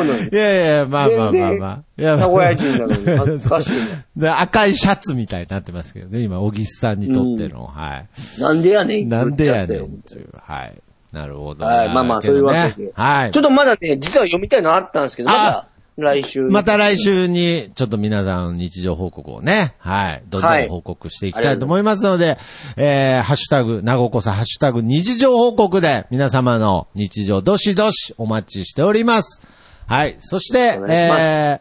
[SPEAKER 1] のに
[SPEAKER 2] い。やいや、まあまあまあまあ。いや
[SPEAKER 1] 名古屋人なのに恥ずかしいね。
[SPEAKER 2] で赤いシャツみたいになってますけどね、今、小木さんにとっての、はい。
[SPEAKER 1] なんでやねん、
[SPEAKER 2] なんでやねん
[SPEAKER 1] 言っちゃっ
[SPEAKER 2] っていう。はい。なるほど。
[SPEAKER 1] はい、まあまあ、そういうわけで。
[SPEAKER 2] はい
[SPEAKER 1] ちょ。っとまだね、実は読みたいのあったんですけど、ま
[SPEAKER 2] あ
[SPEAKER 1] た来週。
[SPEAKER 2] また来週に、ちょっと皆さん日常報告をね、はい、どんど
[SPEAKER 1] は
[SPEAKER 2] ん
[SPEAKER 1] い
[SPEAKER 2] 報告していきたいと思いますので、えー、ハッシュタグ、なごこさ、ハッシュタグ日常報告で皆様の日常どしどしお待ちしております。はい、そして
[SPEAKER 1] お、願いします
[SPEAKER 2] えー、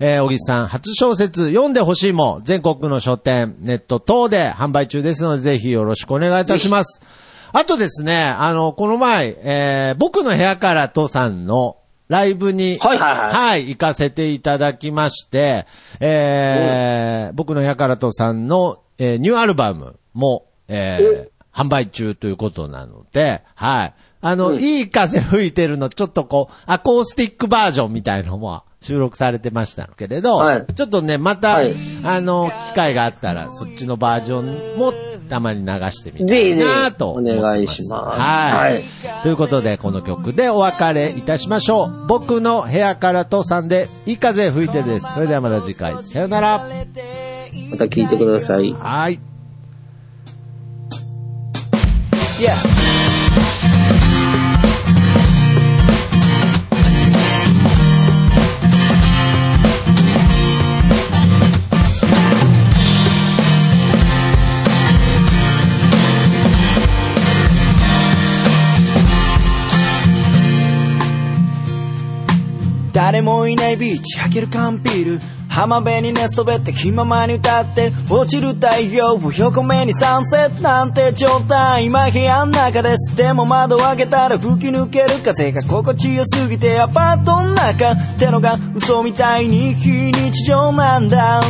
[SPEAKER 2] えー、小木さん、初小説、読んでほしいも、全国の書店、ネット等で販売中ですので、ぜひよろしくお願いいたします。あとですね、あの、この前、えー、僕の部屋からとさんのライブに、
[SPEAKER 1] はいはいはい
[SPEAKER 2] はい、行かせていただきまして、えー、僕のヤカラトさんの、えーニューアルバムも、えー、販売中ということなので、はい。あの、
[SPEAKER 1] うん
[SPEAKER 2] いい風吹いてるの、ちょっとこう、アコースティックバージョンみたいのも収録されてましたけれど、
[SPEAKER 1] はい
[SPEAKER 2] ちょっとね、また、
[SPEAKER 1] はい
[SPEAKER 2] あの、機会があったら、そっちのバージョンもたまに流してみた
[SPEAKER 1] ぜ
[SPEAKER 2] い
[SPEAKER 1] ひぜ
[SPEAKER 2] な
[SPEAKER 1] ひ、
[SPEAKER 2] と
[SPEAKER 1] お
[SPEAKER 2] 思ってます。
[SPEAKER 1] 願いします。
[SPEAKER 2] はい。
[SPEAKER 1] はい
[SPEAKER 2] ということで、この曲でお別れいたしましょう。僕の部屋からとさんで、いい風吹いてるです。それではまた次回、さよなら。
[SPEAKER 1] また聞いてください。
[SPEAKER 2] はい。
[SPEAKER 4] 誰もいないビーチ開ける缶ビール浜辺に寝そべって気ままに歌って落ちる太陽を横目にサンセットなんて状態今部屋の中ですでも窓を開けたら吹き抜ける風が心地よすぎてアパートの中ってのが嘘みたいに非日常なんだ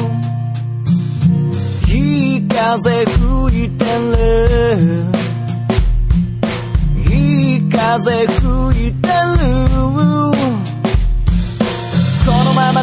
[SPEAKER 4] いい風吹いてるいい風吹いてるこのまま